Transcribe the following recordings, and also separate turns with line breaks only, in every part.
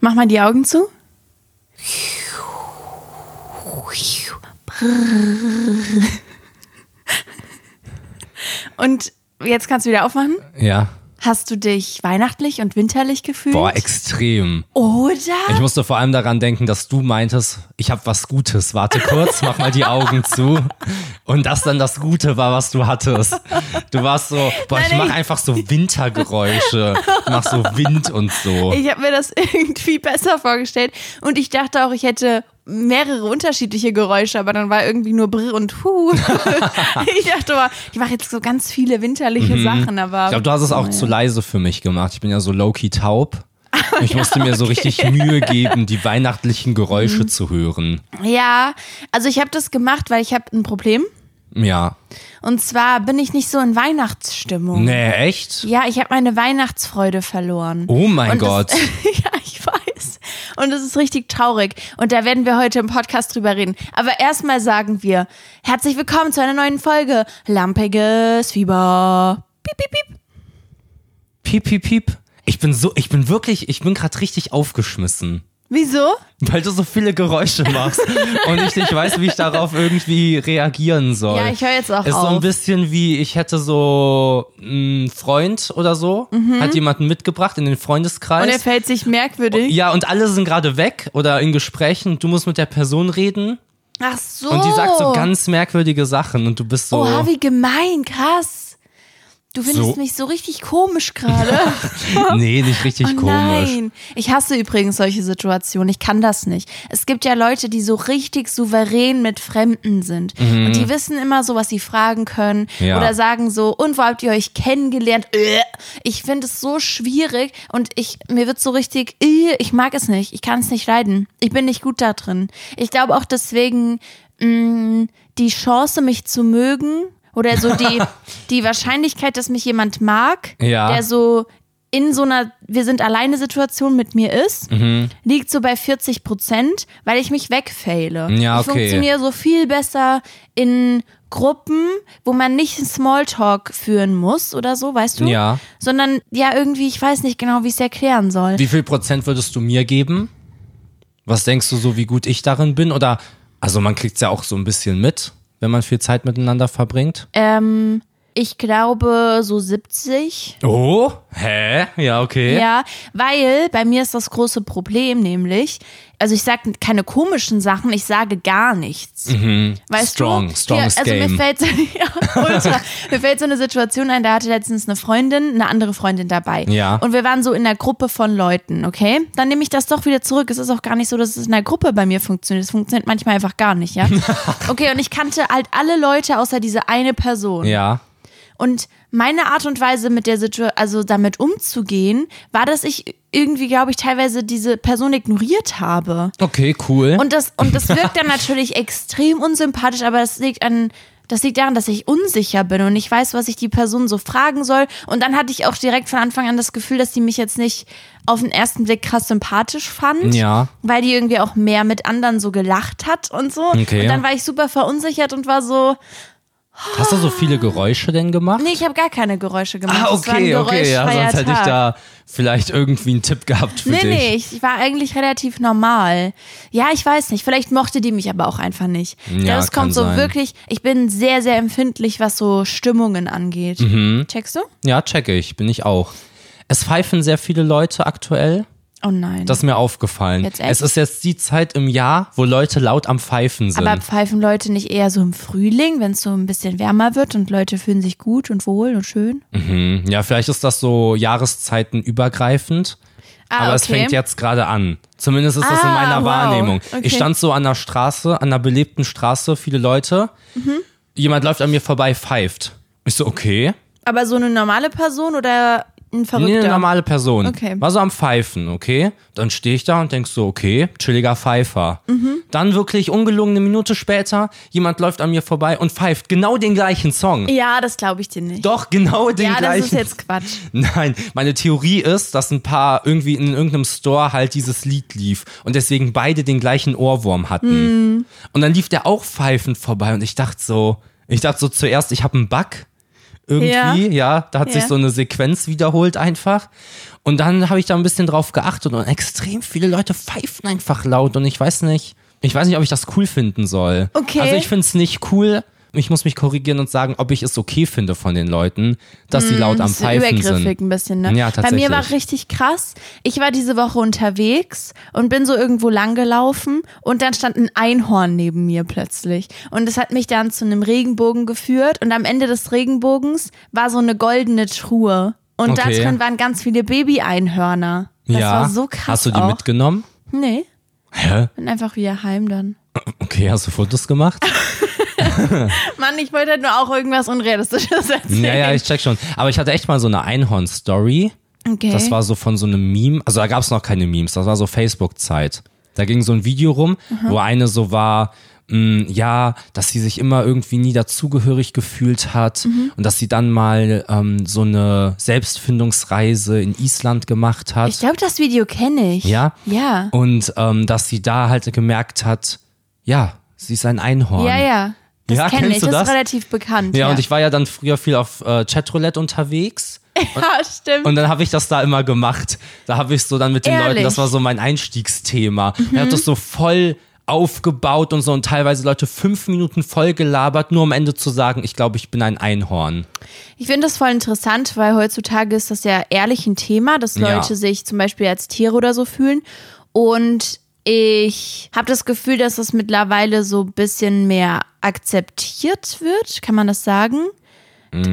Mach mal die Augen zu. Und jetzt kannst du wieder aufmachen.
Ja.
Hast du dich weihnachtlich und winterlich gefühlt?
Boah, extrem.
Oder?
Ich musste vor allem daran denken, dass du meintest, ich habe was Gutes. Warte kurz, mach mal die Augen zu. Und das dann das Gute war, was du hattest. Du warst so, boah, ich
Nein,
mache
ich-
einfach so Wintergeräusche. Ich mach so Wind und so.
Ich habe mir das irgendwie besser vorgestellt und ich dachte auch, ich hätte mehrere unterschiedliche Geräusche, aber dann war irgendwie nur Brr und Hu. ich dachte mal, ich mache jetzt so ganz viele winterliche Sachen, aber
Mhm. Ich glaube, du hast es auch zu leise für mich gemacht. Ich bin ja so low-key taub. Ich musste mir so richtig Mühe geben, die weihnachtlichen
Mhm.
Geräusche zu hören.
ja, also ich habe das gemacht, weil ich habe ein Problem
Ja.
und zwar bin ich nicht so in Weihnachtsstimmung.
Nee, echt?
Ja, ich habe meine Weihnachtsfreude verloren.
Oh mein
Und das-
Gott.
ja, ich weiß. Und das ist richtig traurig. Und da werden wir heute im Podcast drüber reden. Aber erstmal sagen wir, herzlich willkommen zu einer neuen Folge Lampiges Fieber. Piep, piep, piep.
Piep, piep, piep. Ich bin so, ich bin wirklich, ich bin gerade richtig aufgeschmissen.
Wieso?
Weil du so viele Geräusche machst und ich nicht weiß, wie ich darauf irgendwie reagieren soll.
Ja, ich höre jetzt auch
Ist so ein
auf.
bisschen wie, ich hätte so einen Freund oder so, hat jemanden mitgebracht in den Freundeskreis.
Mhm. Und er fällt sich merkwürdig.
ja, und alle sind gerade weg oder in Gesprächen. Du musst mit der Person reden
Ach so.
Oh, und die sagt so ganz merkwürdige Sachen und du bist so.
Oh. Oha, wie gemein, krass. Du findest
So.
mich so richtig komisch gerade.
nee, nicht richtig
Oh
komisch.
Nein, ich hasse übrigens solche Situationen. Ich kann das nicht. Es gibt ja Leute, die so richtig souverän mit Fremden sind. Und die wissen immer so, was sie fragen können.
Mhm. Ja.
Oder sagen so, und wo habt ihr euch kennengelernt? Äh. Ich finde es so schwierig und ich, mir wird so richtig, äh, ich mag es nicht. Ich kann es nicht leiden. Ich bin nicht gut da drin. Ich glaube auch deswegen, mh, die Chance, mich zu mögen oder so die, die Wahrscheinlichkeit, dass mich jemand mag,
Ja.
der so in so einer Wir sind alleine Situation mit mir ist,
Mhm.
liegt so bei 40 Prozent, weil ich mich wegfaile.
Ja,
Ich
okay.
funktioniere so viel besser in Gruppen, wo man nicht einen Smalltalk führen muss oder so, weißt du?
Ja.
Sondern ja, irgendwie, ich weiß nicht genau, wie ich es erklären soll.
Wie viel Prozent würdest du mir geben? Was denkst du so, wie gut ich darin bin? Oder, also man kriegt es ja auch so ein bisschen mit, wenn man viel Zeit miteinander verbringt.
ähm, ich glaube so 70.
Oh, hä? Ja, okay.
Ja, weil bei mir ist das große Problem nämlich, also ich sage keine komischen Sachen, ich sage gar nichts. Weißt
Mhm. Strong,
du?
stronges
ja, also
Game.
Mir fällt, so- ja, ultra. mir fällt so eine Situation ein, da hatte letztens eine Freundin, eine andere Freundin dabei.
Ja.
Und wir waren so in einer Gruppe von Leuten, okay? Dann nehme ich das doch wieder zurück. Es ist auch gar nicht so, dass es in einer Gruppe bei mir funktioniert. Es funktioniert manchmal einfach gar nicht, ja? Okay, und ich kannte halt alle Leute außer diese eine Person.
Ja.
Und meine Art und Weise mit der Situation, also damit umzugehen, war, dass ich irgendwie, glaube ich, teilweise diese Person ignoriert habe.
Okay, cool.
Und das, und das wirkt dann natürlich extrem unsympathisch, aber das liegt an, das liegt daran, dass ich unsicher bin und ich weiß, was ich die Person so fragen soll. Und dann hatte ich auch direkt von Anfang an das Gefühl, dass die mich jetzt nicht auf den ersten Blick krass sympathisch fand.
Ja.
Weil die irgendwie auch mehr mit anderen so gelacht hat und so.
Okay.
Und dann war ich super verunsichert und war so,
Hast du so viele Geräusche denn gemacht?
nee, ich habe gar keine Geräusche gemacht.
Ah,
Es war ein
okay, okay. Ja,
geräuschfreier
sonst hätte ich
Tag.
da vielleicht irgendwie einen Tipp gehabt für
Nee,
dich.
nee, ich ich war eigentlich relativ normal. Ja, ich weiß nicht. Vielleicht mochte die mich aber auch einfach nicht.
Ja,
das
kann
kommt so
sein.
wirklich. Ich bin sehr, sehr empfindlich, was so Stimmungen angeht.
Mhm.
Checkst du?
Ja, checke ich, bin ich auch. Es pfeifen sehr viele Leute aktuell.
Oh nein.
Das ist mir aufgefallen.
Jetzt echt?
es ist jetzt die Zeit im Jahr, wo Leute laut am Pfeifen sind.
aber pfeifen Leute nicht eher so im Frühling, wenn es so ein bisschen wärmer wird und Leute fühlen sich gut und wohl und schön?
Mhm. Ja, vielleicht ist das so jahreszeitenübergreifend.
Ah,
aber es
okay.
fängt jetzt gerade an. Zumindest ist das in
Ah,
meiner
wow.
Wahrnehmung.
Okay.
Ich stand so an der Straße, an einer belebten Straße, viele Leute.
Mhm.
Jemand läuft an mir vorbei, pfeift. Ich so, okay.
Aber so eine normale Person oder ein
Nee,
Verrückter?
eine normale Person.
Okay.
War so am Pfeifen, okay? Dann stehe ich da und denk so, okay, chilliger Pfeifer.
Mhm.
Dann wirklich ungelungen eine Minute später, jemand läuft an mir vorbei und pfeift genau den gleichen Song.
ja, das glaube ich dir nicht.
Doch, genau den
ja, das
gleichen
ist jetzt Quatsch.
Nein, meine Theorie ist, dass ein paar irgendwie in irgendeinem Store halt dieses Lied lief und deswegen beide den gleichen Ohrwurm hatten.
Hm.
Und dann lief der auch pfeifend vorbei und ich dachte so, ich dachte so zuerst, ich habe einen Bug. irgendwie, ja, da hat
Ja.
sich so eine Sequenz wiederholt einfach. Und dann habe ich da ein bisschen drauf geachtet und extrem viele Leute pfeifen einfach laut und ich weiß nicht, ich weiß nicht, ob ich das cool finden soll.
Okay.
Also ich finde es nicht cool. Ich muss mich korrigieren und sagen, ob ich es okay finde von den Leuten, dass sie laut am
bisschen
Pfeifen
übergriffig
sind.
ein bisschen, ne?
Ja,
Bei
tatsächlich.
mir war richtig krass. Ich war diese Woche unterwegs und bin so irgendwo lang gelaufen und dann stand ein Einhorn neben mir plötzlich. Und es hat mich dann zu einem Regenbogen geführt und am Ende des Regenbogens war so eine goldene Truhe. Und
Okay.
da drin waren ganz viele Baby-Einhörner. Das
ja.
war so krass.
Hast du die
auch.
mitgenommen?
Nee,
Hä?
bin einfach wieder heim dann.
Okay, hast du Fotos gemacht?
Mann, ich wollte halt nur auch irgendwas Unrealistisches erzählen.
ja, ja, ich check schon. Aber ich hatte echt mal so eine Einhorn-Story.
okay.
Das war so von so einem Meme, also da gab es noch keine Memes, das war so Facebook-Zeit. Da ging so ein Video rum, wo eine so war, mh, ja, dass sie sich immer irgendwie nie dazugehörig gefühlt hat
Mhm.
und dass sie dann mal ähm, so eine Selbstfindungsreise in Island gemacht hat.
ich glaube, das Video kenne ich.
Ja?
Ja.
Und ähm, dass sie da halt gemerkt hat, ja, sie ist ein Einhorn.
Ja, ja. Das
Ja,
kenne
kennst
ich,
du
das,
das?
ist relativ bekannt.
Ja, und ich war ja dann früher viel auf äh, Chatroulette unterwegs.
Ja, stimmt.
Und dann habe ich das da immer gemacht. Da habe ich so dann mit den
Ehrlich?
Leuten, das war so mein Einstiegsthema. Ich habe das so voll aufgebaut und so und teilweise Leute fünf Minuten voll gelabert, nur um am Ende zu sagen, ich glaube, ich bin ein Einhorn.
ich finde das voll interessant, weil heutzutage ist das ja ehrlich ein Thema, dass
Ja.
Leute sich zum Beispiel als Tiere oder so fühlen. Und ich habe das Gefühl, dass das mittlerweile so ein bisschen mehr akzeptiert wird, kann man das sagen?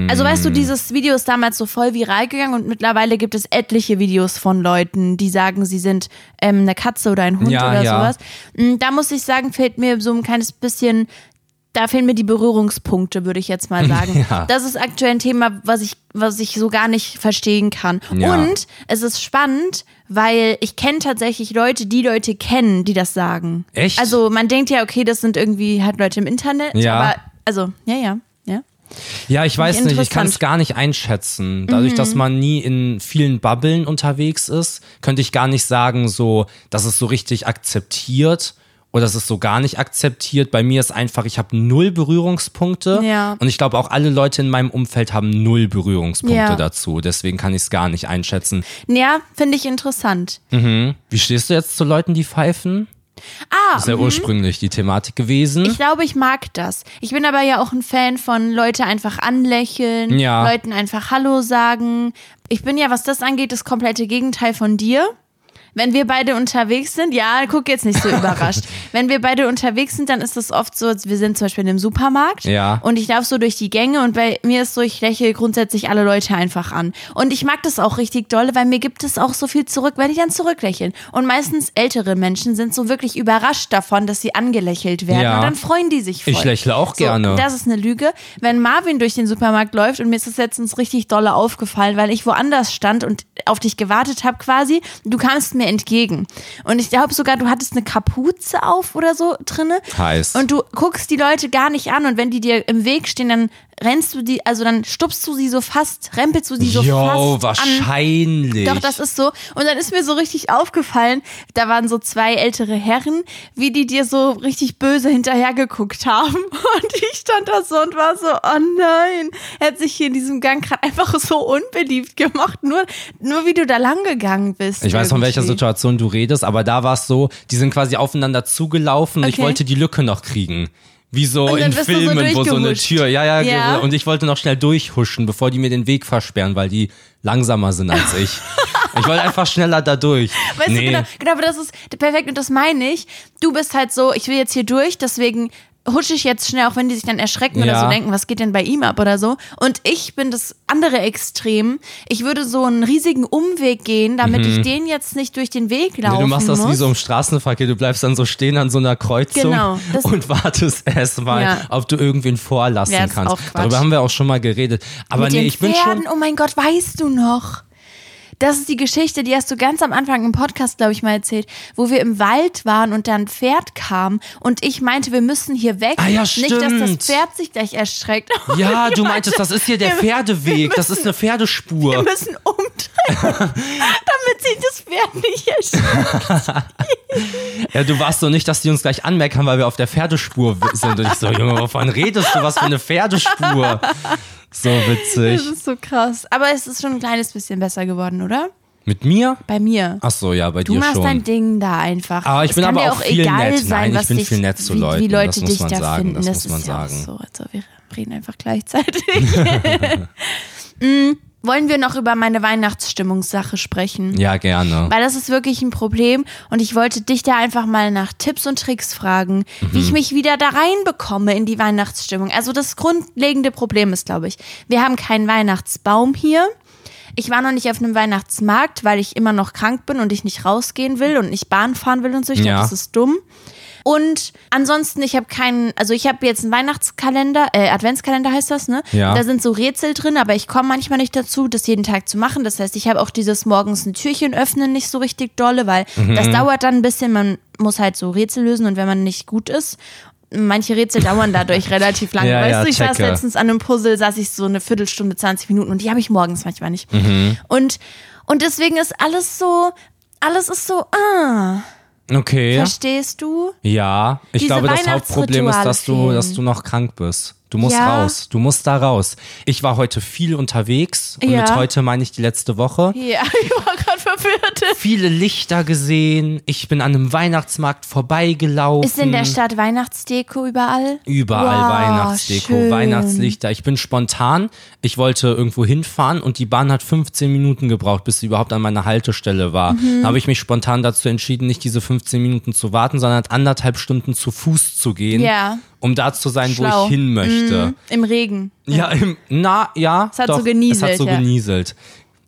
Also weißt
Mm.
du, dieses Video ist damals so voll viral gegangen und mittlerweile gibt es etliche Videos von Leuten, die sagen, sie sind ähm, eine Katze oder ein Hund
Ja,
oder
ja.
sowas. Mm, Da muss ich sagen, fehlt mir so ein kleines bisschen, da fehlen mir die Berührungspunkte, würde ich jetzt mal sagen.
Ja.
Das ist aktuell ein Thema, was ich, was ich so gar nicht verstehen kann.
Ja.
Und es ist spannend, weil ich kenne tatsächlich Leute, die Leute kennen, die das sagen.
Echt?
Also man denkt ja, okay, das sind irgendwie halt Leute im Internet,
Ja.
aber also, ja, ja, ja.
Ja, ich weiß nicht, ich kann es
interessant. Mhm.
gar nicht einschätzen. Dadurch, dass man nie in vielen Bubbeln unterwegs ist, könnte ich gar nicht sagen, so, das ist so richtig akzeptiert oder das ist so gar nicht akzeptiert. Bei mir ist einfach, ich habe null Berührungspunkte
Ja.
und ich glaube auch alle Leute in meinem Umfeld haben null Berührungspunkte
Ja.
dazu. Deswegen kann ich es gar nicht einschätzen.
Ja, finde ich interessant.
Wie stehst du jetzt zu Leuten, die pfeifen? Ah, das ist ja
mhm.
ursprünglich die Thematik gewesen.
Ich glaube, ich mag das. Ich bin aber ja auch ein Fan von Leute einfach anlächeln,
Ja.
Leuten einfach Hallo sagen. Ich bin ja, was das angeht, das komplette Gegenteil von dir. Wenn wir beide unterwegs sind, ja, guck jetzt nicht so überrascht. Wenn wir beide unterwegs sind, dann ist es oft so, als wir sind zum Beispiel in einem Supermarkt
Ja.
und ich laufe so durch die Gänge und bei mir ist so, ich lächle grundsätzlich alle Leute einfach an. Und ich mag das auch richtig dolle, weil mir gibt es auch so viel zurück, wenn die dann zurücklächeln. Und meistens ältere Menschen sind so wirklich überrascht davon, dass sie angelächelt werden
Ja.
und dann freuen die sich voll.
Ich lächle auch gerne.
So, das ist eine Lüge. Wenn Marvin durch den Supermarkt läuft und mir ist das letztens richtig dolle aufgefallen, weil ich woanders stand und auf dich gewartet habe quasi, du kamst mir entgegen. Und ich glaube sogar, du hattest eine Kapuze auf oder so drinne.
Heiß.
Und du guckst die Leute gar nicht an und wenn die dir im Weg stehen, dann rennst du die, also dann stupst du sie so fast, rempelst du sie so
Jo,
fast an.
wahrscheinlich.
Doch, das ist so. Und dann ist mir so richtig aufgefallen, da waren so zwei ältere Herren, wie die dir so richtig böse hinterhergeguckt haben. Und ich stand da so und war so, oh nein, hätte sich hier in diesem Gang gerade einfach so unbeliebt gemacht, nur, nur wie du da lang gegangen bist.
Ich weiß, von welcher
irgendwie.
Situation du redest, aber da war es so, die sind quasi aufeinander zugelaufen und ich
Okay.
wollte die Lücke noch kriegen. Wie so
Und dann
in
bist du so
Filmen, wo so eine
durchgehuscht.
Tür. Ja, ja,
Ja.
Und ich wollte noch schnell durchhuschen, bevor die mir den Weg versperren, weil die langsamer sind als ich. ich wollte einfach schneller da durch.
Weißt
nee.
du, genau, genau, aber das ist perfekt und das meine ich. Du bist halt so, ich will jetzt hier durch, deswegen husche ich jetzt schnell, auch wenn die sich dann erschrecken oder
Ja.
so denken, was geht denn bei ihm ab oder so. Und ich bin das andere Extrem. Ich würde so einen riesigen Umweg gehen, damit ich den jetzt nicht durch den Weg laufen
Mhm. Nee, du machst das
muss.
wie so im Straßenverkehr. Du bleibst dann so stehen an so einer Kreuzung
Genau, das-
und wartest erstmal,
Ja.
ob du irgendwen vorlassen
Ja, ist
kannst.
auch Quatsch.
Darüber haben wir auch schon mal geredet. Aber
Mit
nee,
den
ich bin schon.
Pferden, oh mein Gott, weißt du noch? Das ist die Geschichte, die hast du ganz am Anfang im Podcast, glaube ich, mal erzählt, wo wir im Wald waren und dann ein Pferd kam und ich meinte, wir müssen hier weg.
Ah ja,
Nicht, dass das
stimmt.
Pferd sich gleich erschreckt.
Ja,
Und ich
du
meinte,
meintest, das ist hier der
wir-
Pferdeweg, das ist eine
Wir
Pferdespur.
müssen umdrehen, damit sich das Pferd nicht erschreckt.
Ja, du warst so nicht, dass die uns gleich anmeckern, weil wir auf der Pferdespur w- sind. Und ich so, Junge, wovon redest du? Was für eine Pferdespur? so witzig.
Das ist so krass. Aber es ist schon ein kleines bisschen besser geworden, oder?
Mit mir?
Bei mir.
Ach so, ja, bei
Du
dir
machst
schon.
dein Ding da einfach.
Aber ich
Es
bin
kann
aber
dir
auch viel
egal
nett.
sein,
Nein, ich
was
bin
dich,
viel nett zu
wie,
Leuten.
Wie Leute
Das muss
dich
man
da
sagen,
finden.
das
Das,
muss
ist
man
ja auch
sagen.
so. Also wir reden einfach gleichzeitig. mm, wollen wir noch über meine Weihnachtsstimmungssache sprechen?
Ja, gerne.
Weil das ist wirklich ein Problem und ich wollte dich da einfach mal nach Tipps und Tricks fragen, wie
Mhm.
ich mich wieder da reinbekomme in die Weihnachtsstimmung. Also das grundlegende Problem ist, glaube ich, wir haben keinen Weihnachtsbaum hier. Ich war noch nicht auf einem Weihnachtsmarkt, weil ich immer noch krank bin und ich nicht rausgehen will und nicht Bahn fahren will und so. Ich
Ja.
glaube, das ist dumm. Und ansonsten, ich habe keinen, also ich habe jetzt einen Weihnachtskalender, äh, Adventskalender heißt das, ne?
Ja.
Da sind so Rätsel drin, aber ich komme manchmal nicht dazu, das jeden Tag zu machen. Das heißt, ich habe auch dieses morgens ein Türchen öffnen nicht so richtig dolle, weil
Mhm.
das dauert dann ein bisschen. Man muss halt so Rätsel lösen und wenn man nicht gut ist, manche Rätsel dauern dadurch relativ lange.
Ja,
weißt
ja,
du, ich saß
checke.
letztens an einem Puzzle, saß ich so eine Viertelstunde, 20 Minuten und die habe ich morgens manchmal nicht.
Mhm.
Und, und deswegen ist alles so, alles ist so, ah,
Okay.
verstehst du?
Ja, ich
Diese
glaube, das Hauptproblem ist, dass du,
Weihnachtsrituale
dass
fehlen.
du noch krank bist. Du musst
Ja.
raus. Du musst da raus. Ich war heute viel unterwegs und
Ja.
mit heute meine ich die letzte Woche.
Ja, ich war gerade verwirrt.
Viele Lichter gesehen. Ich bin an einem Weihnachtsmarkt vorbeigelaufen.
Ist in der Stadt Weihnachtsdeko überall?
Hm. Überall
Wow,
Weihnachtsdeko,
schön.
Weihnachtslichter. Ich bin spontan. Ich wollte irgendwo hinfahren und die Bahn hat 15 Minuten gebraucht, bis sie überhaupt an meiner Haltestelle war.
Mhm.
Da habe ich mich spontan dazu entschieden, nicht diese 15 Minuten zu warten, sondern anderthalb Stunden zu Fuß zu gehen,
Ja.
um da zu sein, wo
Schlau.
ich hin möchte.
Im Regen.
Ja, im, na, ja.
Es hat
doch,
so genieselt,
Es hat so
ja.
genieselt.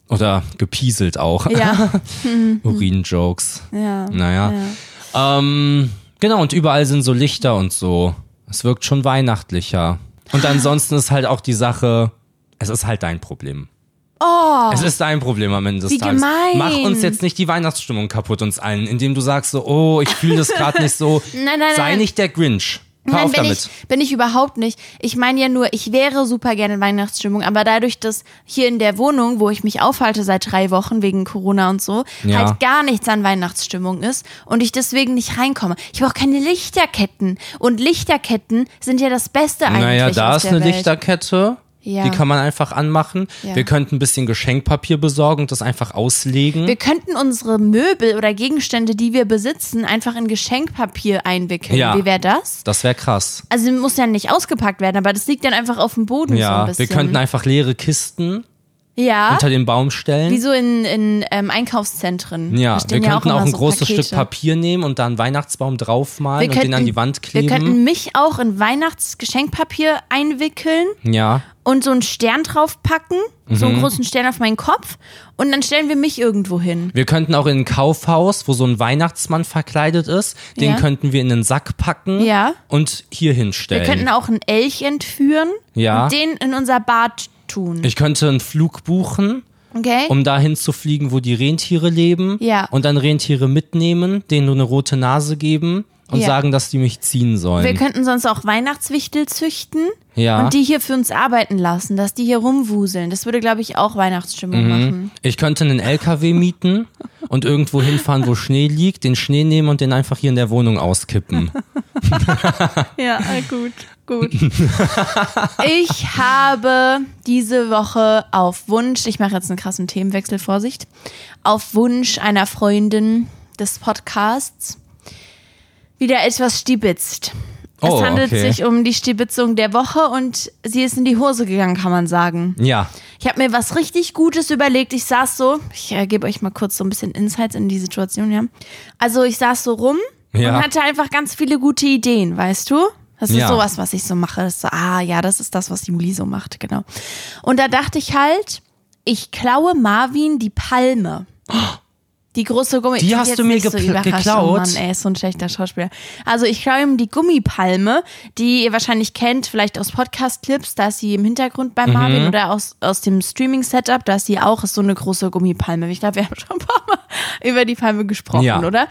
Oder gepieselt auch.
Ja.
Hm. Urin-Jokes.
ja.
Naja. Ähm, genau, und überall sind so Lichter und so. Es wirkt schon weihnachtlicher. Und ansonsten ist halt auch die Sache, es ist halt dein Problem. Oh. Es ist dein Problem am Ende des
Wie
Tages.
gemein.
Mach uns jetzt nicht die Weihnachtsstimmung kaputt uns allen, indem du sagst so, oh, ich fühle das gerade nicht so.
Nein, nein,
Sei
nein.
nicht der Grinch. Hör
Nein,
auf
bin
damit.
ich, bin ich überhaupt nicht. Ich meine ja nur, ich wäre super gerne in Weihnachtsstimmung, aber dadurch, dass hier in der Wohnung, wo ich mich aufhalte seit drei Wochen wegen Corona und so,
Ja.
halt gar nichts an Weihnachtsstimmung ist und ich deswegen nicht reinkomme. Ich brauche keine Lichterketten. Und Lichterketten sind ja das Beste eigentlich.
Naja, da
auf
ist
der
eine
Welt.
Lichterkette.
Ja.
Die kann man einfach anmachen.
Ja.
Wir könnten ein bisschen Geschenkpapier besorgen und das einfach auslegen.
Wir könnten unsere Möbel oder Gegenstände, die wir besitzen, einfach in Geschenkpapier einwickeln.
Ja.
Wie wäre das?
das wäre krass.
Also muss ja nicht ausgepackt werden, aber das liegt dann einfach auf dem Boden so ein
Ja, wir
bisschen. Ah.
könnten einfach leere Kisten
ja.
unter den Baum stellen.
Wie so in, in ähm, Einkaufszentren. Da
Ja, wir
stehen
könnten
immer
auch ein
so
großes
Pakete.
Stück Papier nehmen und da einen Weihnachtsbaum draufmalen
Wir
und den an die Wand kleben.
Wir könnten mich auch in Weihnachtsgeschenkpapier einwickeln
ja,
und so einen Stern draufpacken, so
Mhm.
einen großen Stern auf meinen Kopf und dann stellen wir mich irgendwo hin.
wir könnten auch in ein Kaufhaus, wo so ein Weihnachtsmann verkleidet ist, den
Ja.
könnten wir in den Sack packen
Ja.
und hier
Wir
hinstellen.
könnten auch einen Elch entführen
Ja.
und den in unser Bad tun.
ich könnte einen Flug buchen,
Okay?
um dahin zu fliegen, wo die Rentiere leben
Ja.
und dann Rentiere mitnehmen, denen nur eine rote Nase geben und
Ja.
sagen, dass die mich ziehen
wir
sollen.
könnten sonst auch Weihnachtswichtel züchten
Ja.
und die hier für uns arbeiten lassen, dass die hier rumwuseln. Das würde, glaube ich, auch
Mhm.
Weihnachtsstimmung machen.
Ich könnte einen LKW mieten und irgendwo hinfahren, wo Schnee liegt, den Schnee nehmen und den einfach hier in der Wohnung auskippen.
Ja, äh, gut, gut. ich habe diese Woche auf Wunsch, ich mache jetzt einen krassen Themenwechsel, Vorsicht, auf Wunsch einer Freundin des Podcasts wieder etwas stibitzt.
Oh,
es handelt
okay.
sich um die Stibitzung der Woche und sie ist in die Hose gegangen, kann man sagen.
Ja,
Ich habe mir was richtig Gutes überlegt. Ich saß so, ich äh, gebe euch mal kurz so ein bisschen Insights in die Situation, ja. Also ich saß so rum
Ja.
und hatte einfach ganz viele gute Ideen, weißt du? Das ist
Ja.
sowas, was ich so mache. Das ist so, ah ja, das ist das, was Juli so macht, genau. Und da dachte ich halt, ich klaue Marvin die Palme. Die große Gummi.
Oh. Die
Ich bin
hast
jetzt
du mir
nicht so
gepl-
überrascht.
geklaut?
Oh Mann, ey, ist so ein schlechter Schauspieler. Also ich klaue ihm die Gummipalme, die ihr wahrscheinlich kennt, vielleicht aus Podcast-Clips, da ist sie im Hintergrund bei
Mhm.
Marvin oder aus, aus dem Streaming-Setup, da ist sie auch, ist so eine große Gummipalme. Ich glaube, wir haben schon ein paar Mal über die Palme gesprochen,
Ja.
oder?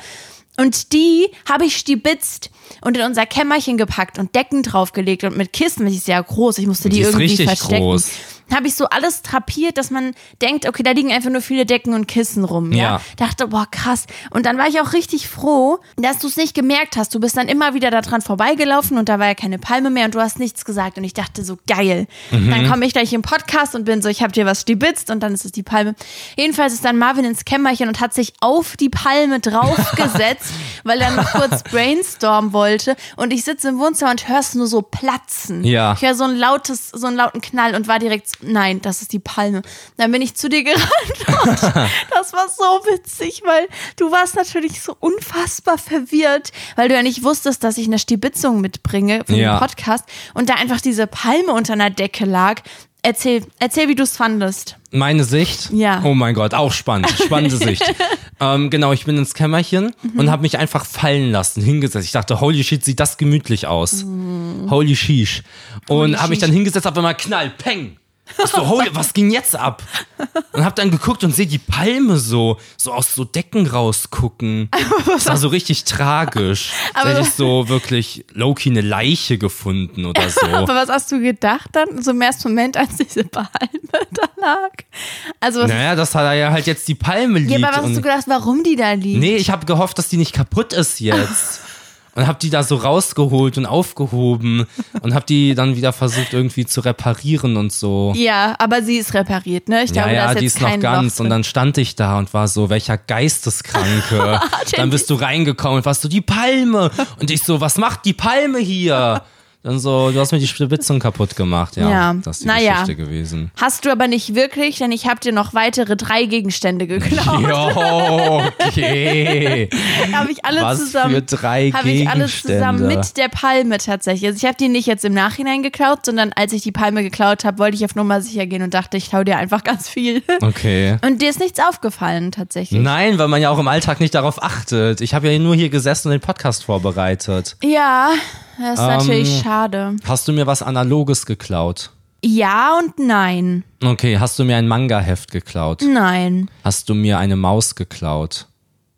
Und die habe ich stibitzt und in unser Kämmerchen gepackt und Decken draufgelegt und mit Kisten, die ist ja groß, ich musste die,
Die ist
irgendwie
richtig
verstecken.
groß.
habe ich so alles trapiert, dass man denkt, okay, da liegen einfach nur viele Decken und Kissen rum. Ja.
Ja.
Dachte, boah, krass. Und dann war ich auch richtig froh, dass du es nicht gemerkt hast. Du bist dann immer wieder daran vorbeigelaufen und da war ja keine Palme mehr und du hast nichts gesagt. Und ich dachte so, geil. Dann komme ich gleich im Podcast und bin so, ich habe dir was stibitzt und dann ist es die Palme. Jedenfalls ist dann Marvin ins Kämmerchen und hat sich auf die Palme draufgesetzt, weil er noch kurz brainstormen wollte. Und ich sitze im Wohnzimmer und hör's nur so platzen.
Ja.
Ich höre so ein lautes, so einen lauten Knall und war direkt, so, nein, das ist die Palme. Dann bin ich zu dir gerannt und das war so witzig, weil du warst natürlich so unfassbar verwirrt, weil du ja nicht wusstest, dass ich eine Stibitzung mitbringe für
Ja.
den Podcast und da einfach diese Palme unter einer Decke lag. Erzähl, erzähl, wie du es fandest.
Meine Sicht?
Ja.
Oh mein Gott, auch spannend. Spannende Sicht. Ähm, genau, ich bin ins Kämmerchen
Mhm.
und habe mich einfach fallen lassen, hingesetzt. Ich dachte, holy shit, sieht das gemütlich aus.
Mhm.
Holy sheesh. Und habe mich dann hingesetzt, auf einmal knall, peng. Ich so, holy, was ging jetzt ab? Und habe dann geguckt und sehe die Palme so, so aus so Decken rausgucken. Das war so richtig tragisch. Da
Aber-
hätte ich so wirklich Loki eine Leiche gefunden oder so.
Aber was hast du gedacht dann, so im ersten Moment, als diese Palme da lag? Also, was,
Naja, das hat ja halt jetzt die Palme liegt.
ja, aber was
und-
hast du gedacht, warum die da liegt?
Nee, ich habe gehofft, dass die nicht kaputt ist jetzt. Und habe die da so rausgeholt und aufgehoben und habe die dann wieder versucht irgendwie zu reparieren und so.
Ja, aber sie ist repariert, ne? Ich
Ja,
glaube, da
ja,
ist
die
jetzt
ist
kein
noch ganz.
Loch
Und
drin.
dann stand ich da und war so, welcher Geisteskranke. dann bist du reingekommen und warst so, die Palme. Und ich so, was macht die Palme hier? Dann so, du hast mir die Spitzung kaputt gemacht. Ja,
Ja,
das ist die
naja.
Geschichte gewesen.
Hast du aber nicht wirklich, denn ich habe dir noch weitere drei Gegenstände geklaut.
Jo, okay.
habe ich alle
Was
zusammen.
für drei
habe ich alle zusammen
Gegenstände.
mit der Palme tatsächlich. Also ich habe die nicht jetzt im Nachhinein geklaut, sondern als ich die Palme geklaut habe, wollte ich auf Nummer sicher gehen und dachte, ich klaue dir einfach ganz viel.
Okay.
Und dir ist nichts aufgefallen tatsächlich.
Nein, weil man ja auch im Alltag nicht darauf achtet. Ich habe ja nur hier gesessen und den Podcast vorbereitet.
Ja, das ist
Ähm.
natürlich schade.
Hast du mir was Analoges geklaut?
Ja und nein.
Okay, hast du mir ein Manga-Heft geklaut?
Nein.
Hast du mir eine Maus geklaut?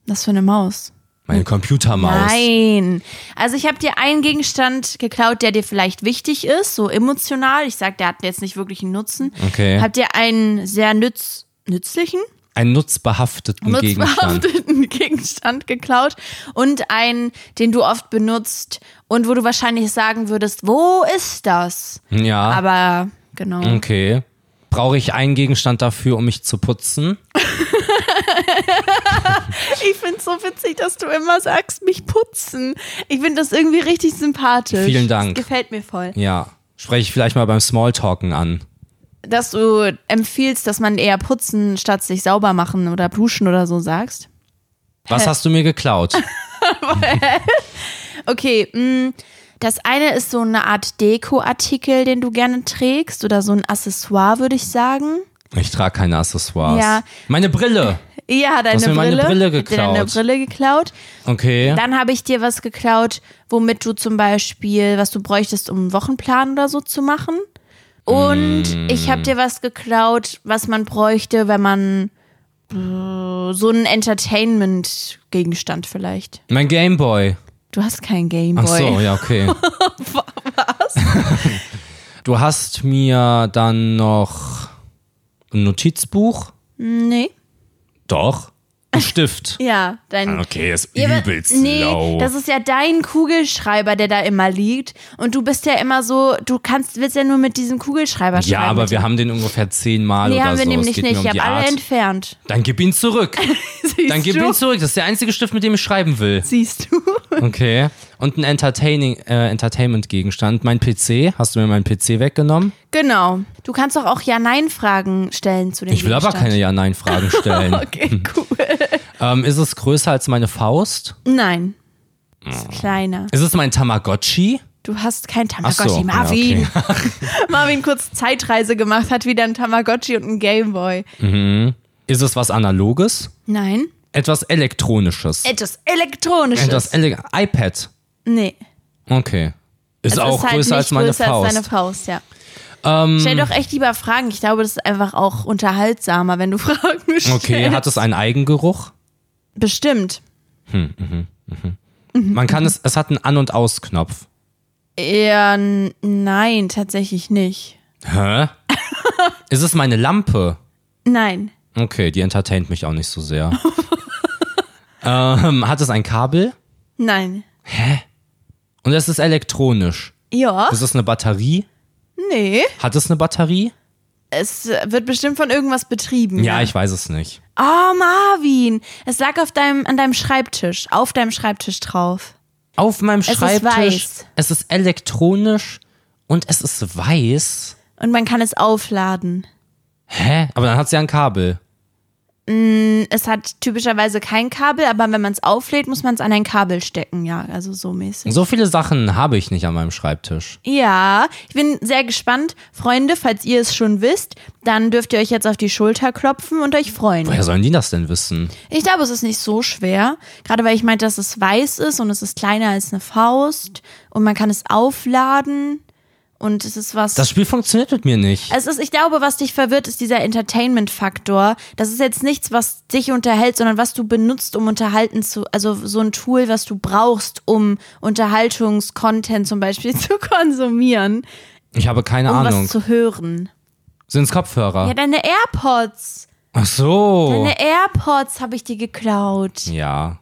Was für eine Maus.
Meine Computermaus?
Nein. Also ich habe dir einen Gegenstand geklaut, der dir vielleicht wichtig ist, so emotional. Ich sag, der hat jetzt nicht wirklich einen Nutzen.
Okay.
Hab dir einen sehr nütz nützlichen,
Einen nutzbehafteten Gegenstand.
nutzbehafteten Gegenstand geklaut und einen, den du oft benutzt und wo du wahrscheinlich sagen würdest, wo ist das?
Ja,
Aber genau.
okay. Brauche ich einen Gegenstand dafür, um mich zu putzen?
Ich find's so witzig, dass du immer sagst, mich putzen. Ich find das irgendwie richtig sympathisch.
Vielen Dank.
Das gefällt mir voll.
Ja. Spreche ich vielleicht mal beim Smalltalken an.
dass du empfiehlst, dass man eher putzen statt sich sauber machen oder duschen oder so sagst.
Was hast du mir geklaut?
Okay, mh, das eine ist so eine Art Dekoartikel, den du gerne trägst oder so ein Accessoire, würde ich sagen.
Ich trage keine Accessoires.
Ja.
Meine Brille.
Ja, deine
hast mir meine
Brille.
Brille
Hab dir Deine
geklaut.
Brille geklaut.
Okay.
Dann habe ich dir was geklaut, womit du zum Beispiel, was du bräuchtest, um einen Wochenplan oder so zu machen. Und
Mm.
ich habe dir was geklaut, was man bräuchte, wenn man äh, so einen Entertainment-Gegenstand vielleicht.
Mein Gameboy.
Du hast keinen
Ach
Gameboy.
so, ja, okay. Was? Du hast mir dann noch ein Notizbuch?
Nee.
Doch. Ein Stift.
Ja, dein.
Okay, ist
Ja, aber- nee, das ist ja dein Kugelschreiber, der da immer liegt. Und du bist ja immer so, du kannst, willst ja nur mit diesem Kugelschreiber schreiben.
ja, aber wir haben den ungefähr zehnmal
Nee,
oder
haben wir
so. Es
nämlich
geht
nicht.
mir um
Ich
die
habe alle
Art.
entfernt.
Dann gib ihn zurück.
Siehst
Dann gib
du?
ihn zurück. Das ist der einzige Stift, mit dem ich schreiben will.
Siehst du?
Okay. Und ein Entertaining, äh, Entertainment-Gegenstand. Mein PC. Hast du mir meinen PC weggenommen?
Genau. Du kannst doch auch Ja-Nein-Fragen stellen zu dem
Ich will aber
Gegenstand.
keine Hm. Ja-Nein-Fragen stellen.
Okay, cool.
ähm, ist es größer als meine Faust?
Nein. Ist kleiner.
Ist es mein Tamagotchi?
Du hast kein
Oh. Ach so,
Tamagotchi.
ja,
Marvin. Marvin kurz Zeitreise gemacht, hat wieder ein Tamagotchi und ein Gameboy.
Ist es was Analoges?
Nein.
Etwas Elektronisches?
Etwas Elektronisches.
Etwas Ele iPad?
nee.
Okay. Ist
Also
auch
ist halt
größer
nicht
als meine
größer
Faust. Ähm,
Als deine Faust ja. Stell doch echt lieber Fragen. Ich glaube, das ist einfach auch unterhaltsamer, wenn du Fragen stellst.
okay, hat es einen Eigengeruch?
Bestimmt. Mhm.
Man kann es, es hat einen An- und Ausknopf.
Ja, n- nein, tatsächlich nicht.
Hä? Ist es meine Lampe?
Nein.
Okay, die entertaint mich auch nicht so sehr. ähm, hat es ein Kabel?
Nein.
Und es ist elektronisch.
Ja.
Ist es eine Batterie?
Nee.
Hat es eine Batterie?
Es äh, wird bestimmt von irgendwas betrieben.
Ja, ich weiß es nicht.
Oh, Marvin. Es lag auf deinem, an deinem Schreibtisch. Auf deinem Schreibtisch drauf.
Auf meinem
ist
Schreibtisch.
weiß.
Es ist elektronisch und es ist weiß.
Und man kann es aufladen.
Hä? Aber dann hat sie ja ein Kabel.
Es hat typischerweise kein Kabel, aber wenn man es auflädt, muss man es an ein Kabel stecken. Ja, also so mäßig.
So viele Sachen habe ich nicht an meinem Schreibtisch.
Ja, ich bin sehr gespannt. Freunde, falls ihr es schon wisst, dann dürft ihr euch jetzt auf die Schulter klopfen und euch freuen.
Woher sollen die das denn wissen?
Ich glaube, es ist nicht so schwer. Gerade weil ich meinte, dass es weiß ist und es ist kleiner als eine Faust und man kann es aufladen und es ist was.
Das Spiel funktioniert mit mir nicht.
es ist, ich glaube, was dich verwirrt, ist dieser Entertainment-Faktor. Das ist jetzt nichts, was dich unterhält, sondern was du benutzt, um unterhalten zu, also so ein Tool, was du brauchst, um Unterhaltungskontent zum Beispiel zu konsumieren,
Ich habe keine
um
Ahnung. Ah.
was zu hören.
Sind es Kopfhörer?
Ja, deine AirPods.
Ach so.
Deine AirPods habe ich dir geklaut.
Ja.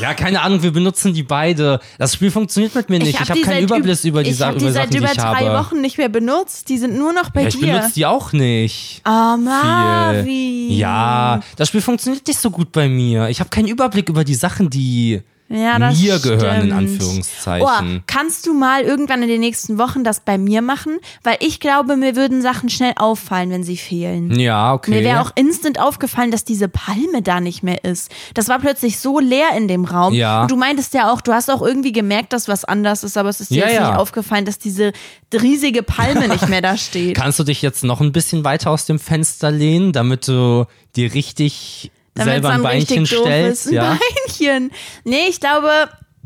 Ja, keine Ahnung, wir benutzen die beide. Das Spiel funktioniert mit mir nicht. Ich
hab
habe
die
keinen
seit
Überblick über die,
ich
Sa
hab die
über
seit
Sachen,
über
die ich
drei
habe.
Wochen nicht mehr benutzt. Die sind nur noch bei
Ja, ich
dir.
benutze die auch nicht.
Oh,
viel.
Marvin.
Ja, das Spiel funktioniert nicht so gut bei mir. Ich habe keinen Überblick über die Sachen, die
Ja, das
mir
stimmt.
gehören, in
Oh,
Anführungszeichen.
kannst du mal irgendwann in den nächsten Wochen das bei mir machen? Weil ich glaube, mir würden Sachen schnell auffallen, wenn sie fehlen.
Ja, Hm, okay.
Mir wäre auch instant aufgefallen, dass diese Palme da nicht mehr ist. Das war plötzlich so leer in dem Raum.
Ja.
Und du meintest ja auch, du hast auch irgendwie gemerkt, dass was anders ist, aber es ist dir
Ja,
jetzt
ja.
nicht aufgefallen, dass diese riesige Palme nicht mehr da steht.
Kannst du dich jetzt noch ein bisschen weiter aus dem Fenster lehnen, damit du dir richtig
Damit
selber ein
dann richtig
Beinchen
doof
stellst?
ist. Ein
Ja.
Beinchen. Nee, ich glaube,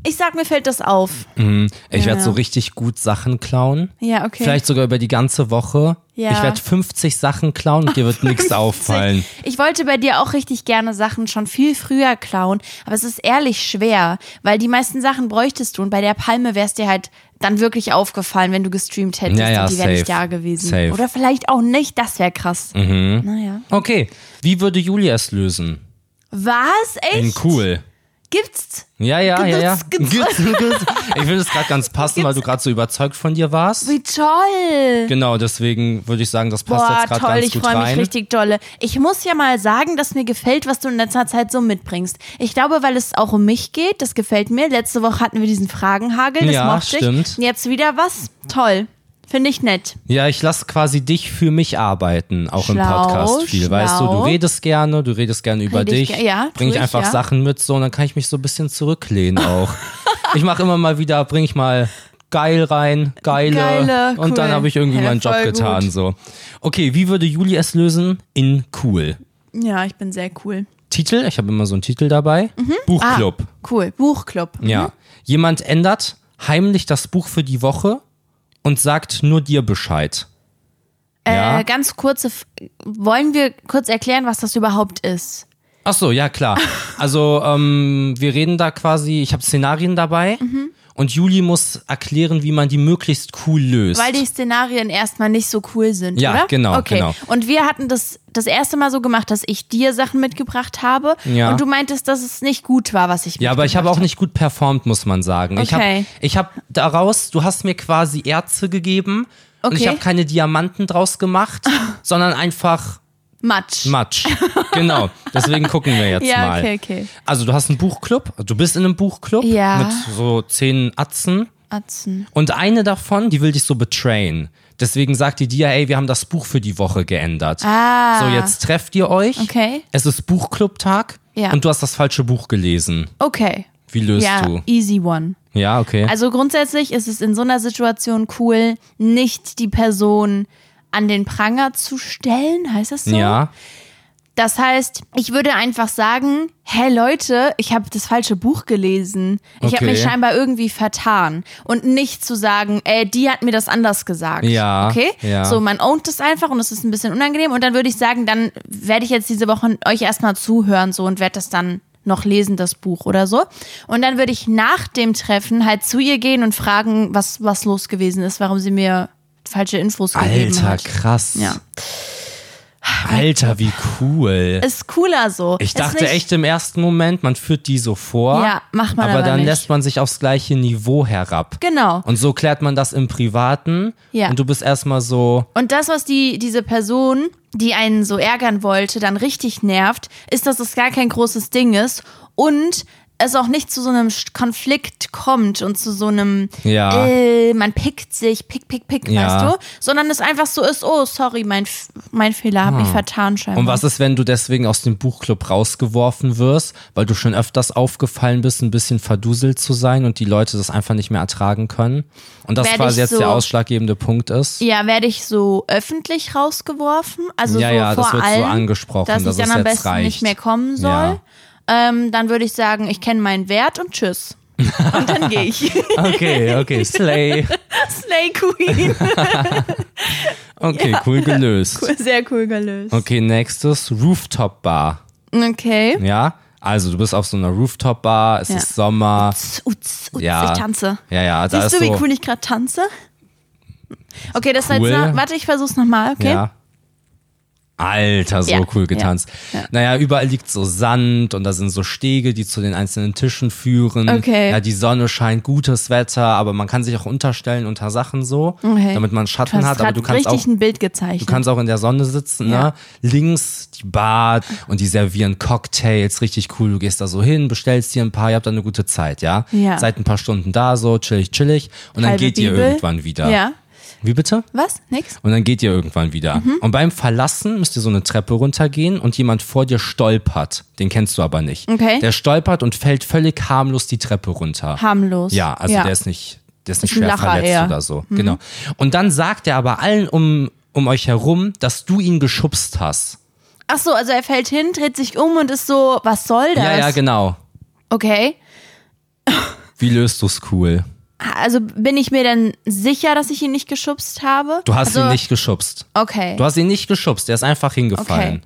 ich sag, mir fällt das auf.
Mhm. Ich werde
Ja.
so richtig gut Sachen klauen.
Ja, okay.
Vielleicht sogar über die ganze Woche.
Ja.
Ich werde 50 Sachen klauen und dir wird nichts auffallen.
Ich wollte bei dir auch richtig gerne Sachen schon viel früher klauen, aber es ist ehrlich schwer, weil die meisten Sachen bräuchtest du und bei der Palme wär's dir halt dann wirklich aufgefallen, wenn du gestreamt hättest
Ja, ja,
und die wäre nicht
safe.
da gewesen.
Safe. Mhm.
Oder vielleicht auch nicht, das wäre krass. Naja.
Okay, wie würde Julia es lösen?
Was? Echt?
In cool.
Gibt's?
Ja, ja, ja, ja.
Gibt's-
Gibt's- gibt's. Ich finde es gerade ganz passend, weil du gerade so überzeugt von dir warst.
Wie toll!
Genau, deswegen würde ich sagen, das passt
Boah,
jetzt gerade
toll,
ganz
ich
gut
freue mich
rein.
richtig dolle. Ich muss ja mal sagen, dass mir gefällt, was du in letzter Zeit so mitbringst. Ich glaube, weil es auch um mich geht, das gefällt mir. Letzte Woche hatten wir diesen Fragenhagel, das
Ja,
mochte
stimmt.
ich. Jetzt wieder was? Toll. Finde ich nett.
Ja, ich lasse quasi dich für mich arbeiten, auch im
Schlau,
Podcast viel.
schlau.
Weißt du, du redest gerne, du redest gerne über
Red ich
dich.
ge- ja,
bring
tu
ich
ich,
einfach
ja.
Sachen mit so und dann kann ich mich so ein bisschen zurücklehnen auch. ich mache immer mal wieder, bring ich mal geil rein, geile,
Geile,
und dann
cool.
habe ich irgendwie
Ja,
meinen Job
voll gut.
getan so. Okay, wie würde Juli es lösen? In cool.
Ja, ich bin sehr cool.
Titel, ich habe immer so einen Titel dabei.
Mhm.
Buchclub.
Ah, Cool. Buchclub.
Ja. Jemand ändert heimlich das Buch für die Woche und sagt nur dir Bescheid. Ja.
Äh, ganz kurze, F wollen wir kurz erklären, was das überhaupt ist?
Ach so, ja klar. Also ähm, wir reden da quasi, ich habe Szenarien dabei
Mhm.
und Juli muss erklären, wie man die möglichst cool löst.
Weil die Szenarien erstmal nicht so cool sind,
Ja,
oder?
genau,
okay.
genau.
Und wir hatten das das erste Mal so gemacht, dass ich dir Sachen mitgebracht habe
Ja.
und du meintest, dass es nicht gut war, was ich
ja, aber ich habe
mitgebracht
auch nicht gut performt, muss man sagen.
Okay.
Ich habe ich hab daraus, du hast mir quasi Erze gegeben und ich
Okay.
habe keine Diamanten draus gemacht, sondern einfach
Matsch.
Matsch. Genau. Deswegen gucken wir jetzt
Ja,
mal.
okay, okay.
Also du hast einen Buchclub, du bist in einem Buchclub
Ja.
mit so zehn Atzen.
Atzen.
Und eine davon, die will dich so betrayen. Deswegen sagt die dir, ey, wir haben das Buch für die Woche geändert.
Ah.
So, jetzt trefft ihr euch.
Okay.
Es ist Buchclubtag.
Ja.
Und du hast das falsche Buch gelesen.
Okay.
Wie löst
Ja,
du?
easy one.
Ja, okay.
Also grundsätzlich ist es in so einer Situation cool, nicht die Person an den Pranger zu stellen, heißt das so?
ja.
Das heißt, ich würde einfach sagen, hey Leute, ich habe das falsche Buch gelesen. Ich
Okay.
habe mich scheinbar irgendwie vertan. Und nicht zu sagen, ey, die hat mir das anders gesagt.
Ja,
Okay?
ja.
So, man ownt es einfach und es ist ein bisschen unangenehm. Und dann würde ich sagen, dann werde ich jetzt diese Woche euch erstmal zuhören so und werde das dann noch lesen, das Buch oder so. Und dann würde ich nach dem Treffen halt zu ihr gehen und fragen, was, was los gewesen ist, warum sie mir falsche Infos gegeben
Alter,
hat.
krass.
Ja.
Alter, wie cool.
Ist cooler so.
Ich
Ist
dachte
nicht-
echt im ersten Moment, man führt die so vor.
Ja, macht man aber
dann
nicht.
lässt man sich aufs gleiche Niveau herab.
Genau.
Und so klärt man das im Privaten.
Ja.
Und du bist erstmal so,
Und das, was die, diese Person, die einen so ärgern wollte, dann richtig nervt, ist, dass es gar kein großes Ding ist und es auch nicht zu so einem Sch- Konflikt kommt und zu so einem,
Ja.
äh, man pickt sich, pick, pick, pick,
Ja.
weißt du? Sondern es einfach so ist, oh, sorry, mein, F- mein Fehler, hab mich vertan scheinbar.
Hm. Und was ist, wenn du deswegen aus dem Buchclub rausgeworfen wirst, weil du schon öfters aufgefallen bist, ein bisschen verduselt zu sein und die Leute das einfach nicht mehr ertragen können? Und das
Werd
quasi
ich
jetzt
so-
der ausschlaggebende Punkt ist?
Ja, werde ich so öffentlich rausgeworfen? Also
Ja,
so
ja,
vor
das wird so
allen,
angesprochen,
dass
dass
ich dann
es
am
jetzt
besten
reicht.
nicht mehr kommen soll.
Ja.
Ähm, dann würde ich sagen, ich kenne meinen Wert und tschüss. Und dann gehe ich.
Okay, okay, Slay.
Slay Queen.
Okay, cool gelöst.
Sehr cool gelöst.
Okay, nächstes Rooftop Bar.
Okay.
Ja? Also, du bist auf so einer Rooftop Bar, es
Ja.
ist Sommer.
Uts, uts, uts,
Ja.
ich tanze.
Ja, ja, da
Siehst
ist
du, wie
so
cool ich gerade tanze? Okay, das war
Cool.
jetzt. noch- Warte, ich versuch's nochmal, okay?
Ja. Alter, so
Ja,
cool getanzt.
ja, ja.
Naja, überall liegt so Sand und da sind so Stege, die zu den einzelnen Tischen führen.
Okay.
Ja, die Sonne scheint, gutes Wetter, aber man kann sich auch unterstellen unter Sachen so,
Okay.
damit man
Du
Schatten
hast
hat. Aber du
gerade
kannst
richtig
auch
ein Bild gezeichnet.
Du kannst auch in der Sonne sitzen,
Ja.
ne? Links die Bar und die servieren Cocktails, richtig cool. Du gehst da so hin, bestellst dir ein paar, ihr habt dann eine gute Zeit, ja?
Ja.
Seid ein paar Stunden da, so chillig, chillig. Und dann
Halbe
geht ihr
Bibel.
irgendwann wieder.
Ja.
Wie bitte?
Was? Nix?
Und dann geht ihr irgendwann wieder.
Mhm.
Und beim Verlassen müsst ihr so eine Treppe runtergehen und jemand vor dir stolpert. Den kennst du aber nicht.
Okay.
Der stolpert und fällt völlig harmlos die Treppe runter.
Harmlos.
Ja, also
Ja.
der ist nicht, der ist nicht
ein
schwer
Lacher
verletzt
eher. Mhm.
oder so. Genau. Und dann sagt er aber allen um, um euch herum, dass du ihn geschubst hast.
Ach so, also er fällt hin, dreht sich um und ist so, was soll das?
Ja, ja, genau.
Okay.
Wie löst du's cool?
Also bin ich mir dann sicher, dass ich ihn nicht geschubst habe?
Du hast
also,
ihn nicht geschubst.
Okay.
Du hast ihn nicht geschubst, der ist einfach hingefallen.
okay.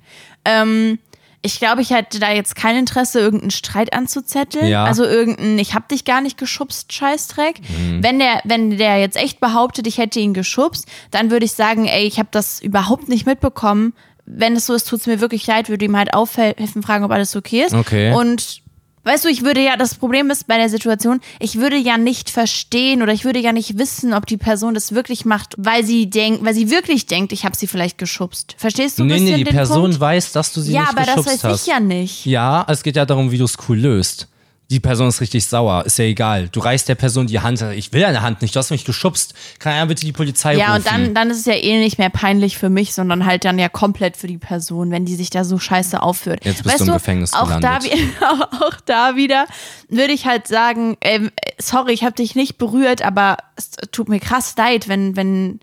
Ähm, ich glaube, ich hätte da jetzt kein Interesse, irgendeinen Streit anzuzetteln.
Ja.
Also irgendeinen, ich hab dich gar nicht geschubst, Scheißdreck.
Mhm.
Wenn der, wenn der jetzt echt behauptet, ich hätte ihn geschubst, dann würde ich sagen, ey, ich habe das überhaupt nicht mitbekommen. Wenn es so ist, tut's mir wirklich leid, würde ihm halt aufhelfen, fragen, ob alles okay ist.
Okay.
Und weißt du, ich würde ja, das Problem ist bei der Situation, ich würde ja nicht verstehen oder ich würde ja nicht wissen, ob die Person das wirklich macht, weil sie denkt, weil sie wirklich denkt, ich habe sie vielleicht geschubst. Verstehst du ein
Nee,
bisschen
nee, die
den
Person
Punkt?
weiß, dass du sie
Ja,
nicht
aber das
geschubst
weiß
hast.
ich ja nicht.
Ja, es geht ja darum, wie du es cool löst. Die Person ist richtig sauer, ist ja egal. Du reißt der Person die Hand. Ich will deine Hand nicht, du hast mich geschubst. Kann ja bitte die Polizei
Ja,
rufen.
und dann, dann ist es ja eh nicht mehr peinlich für mich, sondern halt dann ja komplett für die Person, wenn die sich da so scheiße aufführt.
Jetzt bist
weißt
du im Gefängnis
auch da,
gelandet.
wie- auch da wieder würde ich halt sagen, ähm, sorry, ich habe dich nicht berührt, aber es tut mir krass leid, wenn, wenn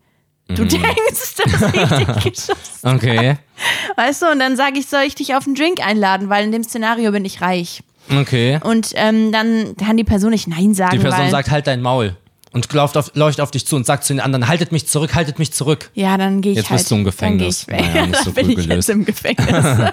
du
Mhm.
denkst, dass ich dich geschossen
Okay,
Weißt du, und dann sage ich, soll ich dich auf einen Drink einladen, weil in dem Szenario bin ich reich.
okay.
Und ähm, dann kann die Person nicht Nein sagen.
Die Person
weil,
sagt, halt dein Maul. Und läuft auf, läuft auf dich zu und sagt zu den anderen, haltet mich zurück, haltet mich zurück.
ja, dann gehe ich
Jetzt
halt.
bist du im Gefängnis.
Dann, geh ich weg.
Naja, nicht so
dann bin
cool
ich
gelöst.
jetzt im Gefängnis.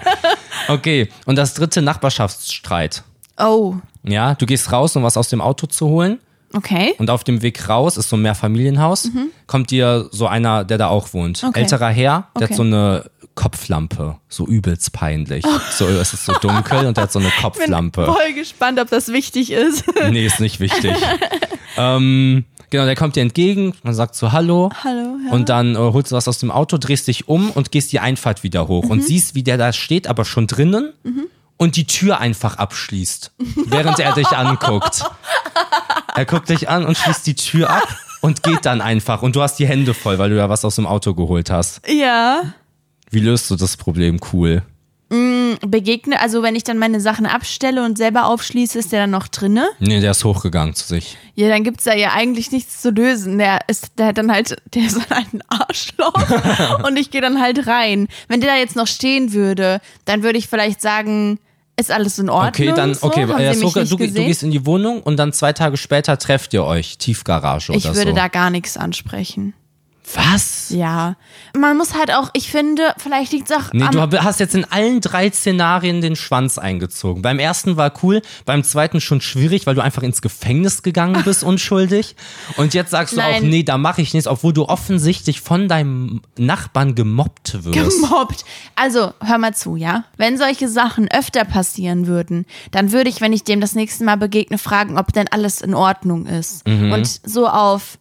Okay, und das dritte, Nachbarschaftsstreit.
Oh,
Ja, du gehst raus, um was aus dem Auto zu holen.
okay.
Und auf dem Weg raus ist so ein Mehrfamilienhaus, kommt dir so einer, der da auch wohnt.
Mhm. Okay.
Älterer Herr, der
Okay.
hat so eine Kopflampe, so übelst peinlich. So, es ist so dunkel und der hat so eine
Oh. bin
Kopflampe.
voll gespannt, ob das wichtig ist.
Nee, ist nicht wichtig. ähm, genau, der kommt dir entgegen, man sagt so Hallo.
Hallo, ja.
Und dann äh, holst du was aus dem Auto, drehst dich um und gehst die Einfahrt wieder hoch
Mhm.
und siehst, wie der da steht, aber schon drinnen und die Tür einfach abschließt, während er dich anguckt. Er guckt dich an und schließt die Tür ab und geht dann einfach. Und du hast die Hände voll, weil du ja was aus dem Auto geholt hast.
Ja.
Wie löst du das Problem cool?
Begegne, also wenn ich dann meine Sachen abstelle und selber aufschließe, ist der dann noch drinne?
Nee, der ist hochgegangen zu sich.
Ja, dann gibt's da ja eigentlich nichts zu lösen. Der ist, der hat dann halt, der ist dann halt ein Arschloch und ich gehe dann halt rein. Wenn der da jetzt noch stehen würde, dann würde ich vielleicht sagen, ist alles in Ordnung?
Okay, dann, okay,
so? Haben
er
Sie mich
ist hochgegangen.
nicht
Du, ge- du
gesehen?
gehst in die Wohnung und dann zwei Tage später trefft ihr euch. Tiefgarage
ich
oder
würde
so.
da gar nichts ansprechen.
Was?
Ja. Man muss halt auch, ich finde, vielleicht liegt es auch
Nee,
am,
du hab- hast jetzt in allen drei Szenarien den Schwanz eingezogen. Beim ersten war cool, beim zweiten schon schwierig, weil du einfach ins Gefängnis gegangen bist, unschuldig. Und jetzt sagst du auch,
Nein.
nee, da mache ich nichts, obwohl du offensichtlich von deinem Nachbarn gemobbt wirst.
gemobbt. Also, hör mal zu, ja? Wenn solche Sachen öfter passieren würden, dann würde ich, wenn ich dem das nächste Mal begegne, fragen, ob denn alles in Ordnung ist.
Mhm.
Und so auf,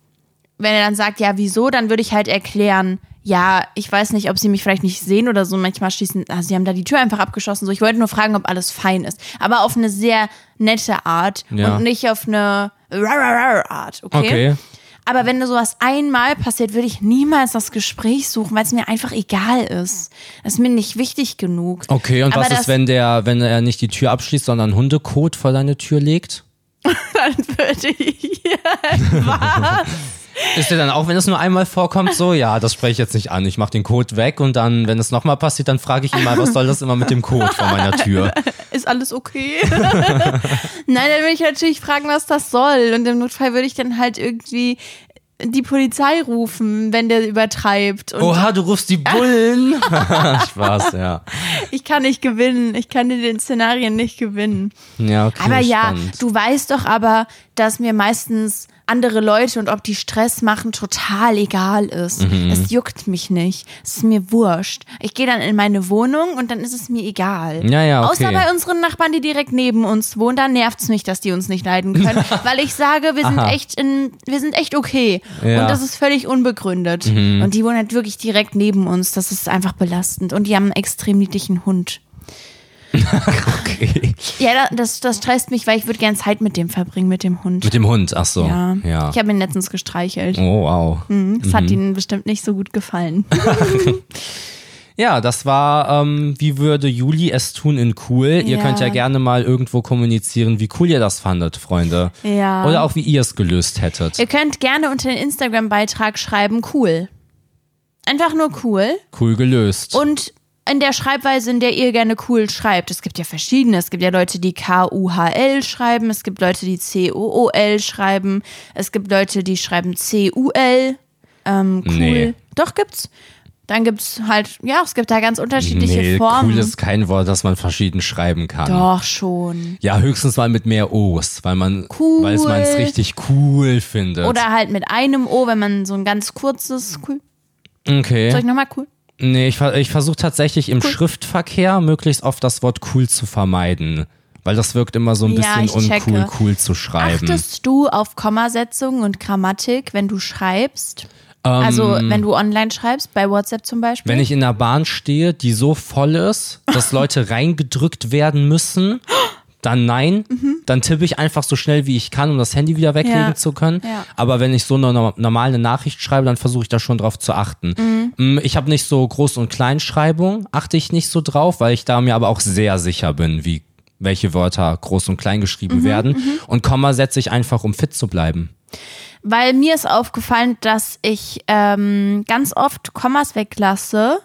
wenn er dann sagt, ja, wieso, dann würde ich halt erklären, ja, ich weiß nicht, ob sie mich vielleicht nicht sehen oder so. Manchmal schließen, ah, sie haben da die Tür einfach abgeschossen. So, ich wollte nur fragen, ob alles fein ist. Aber auf eine sehr nette Art
Ja.
und nicht auf eine Art, okay?
Okay.
Aber wenn sowas einmal passiert, würde ich niemals das Gespräch suchen, weil es mir einfach egal ist. Das ist mir nicht wichtig genug.
Okay, und
Aber
was
das-
ist, wenn der, wenn er nicht die Tür abschließt, sondern Hundekot vor deine Tür legt?
Dann würde ich.
Ist dir dann auch, wenn es nur einmal vorkommt, so, ja, das spreche ich jetzt nicht an. Ich mache den Code weg und dann, wenn es nochmal passiert, dann frage ich ihn mal, was soll das immer mit dem Code vor meiner Tür?
Ist alles okay? Nein, dann würde ich natürlich fragen, was das soll. Und im Notfall würde ich dann halt irgendwie die Polizei rufen, wenn der übertreibt. Und
Oha, du rufst die Bullen. Spaß, ja.
ich kann nicht gewinnen. Ich kann in den Szenarien nicht gewinnen.
Ja, okay,
Aber ja,
spannend.
du weißt doch aber, dass mir meistens andere Leute und ob die Stress machen, total egal ist.
Mhm.
Es juckt mich nicht. Es ist mir wurscht. Ich gehe dann in meine Wohnung und dann ist es mir egal.
Ja, ja, okay.
Außer bei unseren Nachbarn, die direkt neben uns wohnen, da nervt es mich, dass die uns nicht leiden können. weil ich sage, wir sind echt in, wir sind echt okay.
Ja. Mhm.
Und das ist völlig unbegründet. Und die wohnen halt wirklich direkt neben uns. Das ist einfach belastend. Und die haben einen extrem niedlichen Hund.
Okay.
Ja, da- das, das stresst mich, weil ich würde gern Zeit mit dem verbringen, mit dem Hund.
Mit dem Hund, ach so.
Ja.
ja. Mhm.
Ich Hm. habe ihn letztens gestreichelt.
Oh, wow.
Das hat ihnen bestimmt nicht so gut gefallen.
Ja, das war, ähm, wie würde Juli es tun in cool? Ihr
Ja.
könnt ja gerne mal irgendwo kommunizieren, wie cool ihr das fandet, Freunde.
Ja.
Oder auch, wie ihr es gelöst hättet.
Ihr könnt gerne unter den Instagram-Beitrag schreiben, cool. Einfach nur cool.
Cool gelöst.
Und in der Schreibweise, in der ihr gerne cool schreibt. Es gibt ja verschiedene. Es gibt ja Leute, die K-U-H-L schreiben. Es gibt Leute, die C-O-O-L schreiben. Es gibt Leute, die schreiben C-U-L. Ähm, cool.
Nee.
Doch, gibt's. Dann gibt's halt, ja, es gibt da ganz unterschiedliche
nee,
Formen.
cool ist kein Wort, das man verschieden schreiben kann.
Doch, schon.
Ja, höchstens mal mit mehr O's, weil man
Cool.
weil man es richtig cool findet.
Oder halt mit einem O, wenn man so ein ganz kurzes, cool.
okay.
Soll ich nochmal cool?
Nee, ich, ver- ich versuche tatsächlich im Schriftverkehr möglichst oft das Wort cool zu vermeiden. Weil das wirkt immer so ein
Ja,
bisschen
ich checke.
uncool, cool zu schreiben.
Achtest du auf Kommasetzungen und Grammatik, wenn du schreibst? also, wenn du online schreibst, bei WhatsApp zum Beispiel?
Ähm, Wenn ich in einer Bahn stehe, die so voll ist, dass Leute reingedrückt werden müssen, dann nein. Dann tippe ich einfach so schnell wie ich kann, um das Handy wieder weglegen
Mhm. Ja.
zu können.
Ja.
Aber wenn ich so eine no- normale Nachricht schreibe, dann versuche ich da schon drauf zu achten.
Mhm.
Mm, Ich habe nicht so Groß- und Kleinschreibung, achte ich nicht so drauf, weil ich da mir aber auch sehr sicher bin, wie welche Wörter groß und klein
Mhm,
geschrieben werden. Und Komma setze ich einfach, um fit zu bleiben.
Weil mir ist aufgefallen, dass ich ähm, ganz oft Kommas weglasse,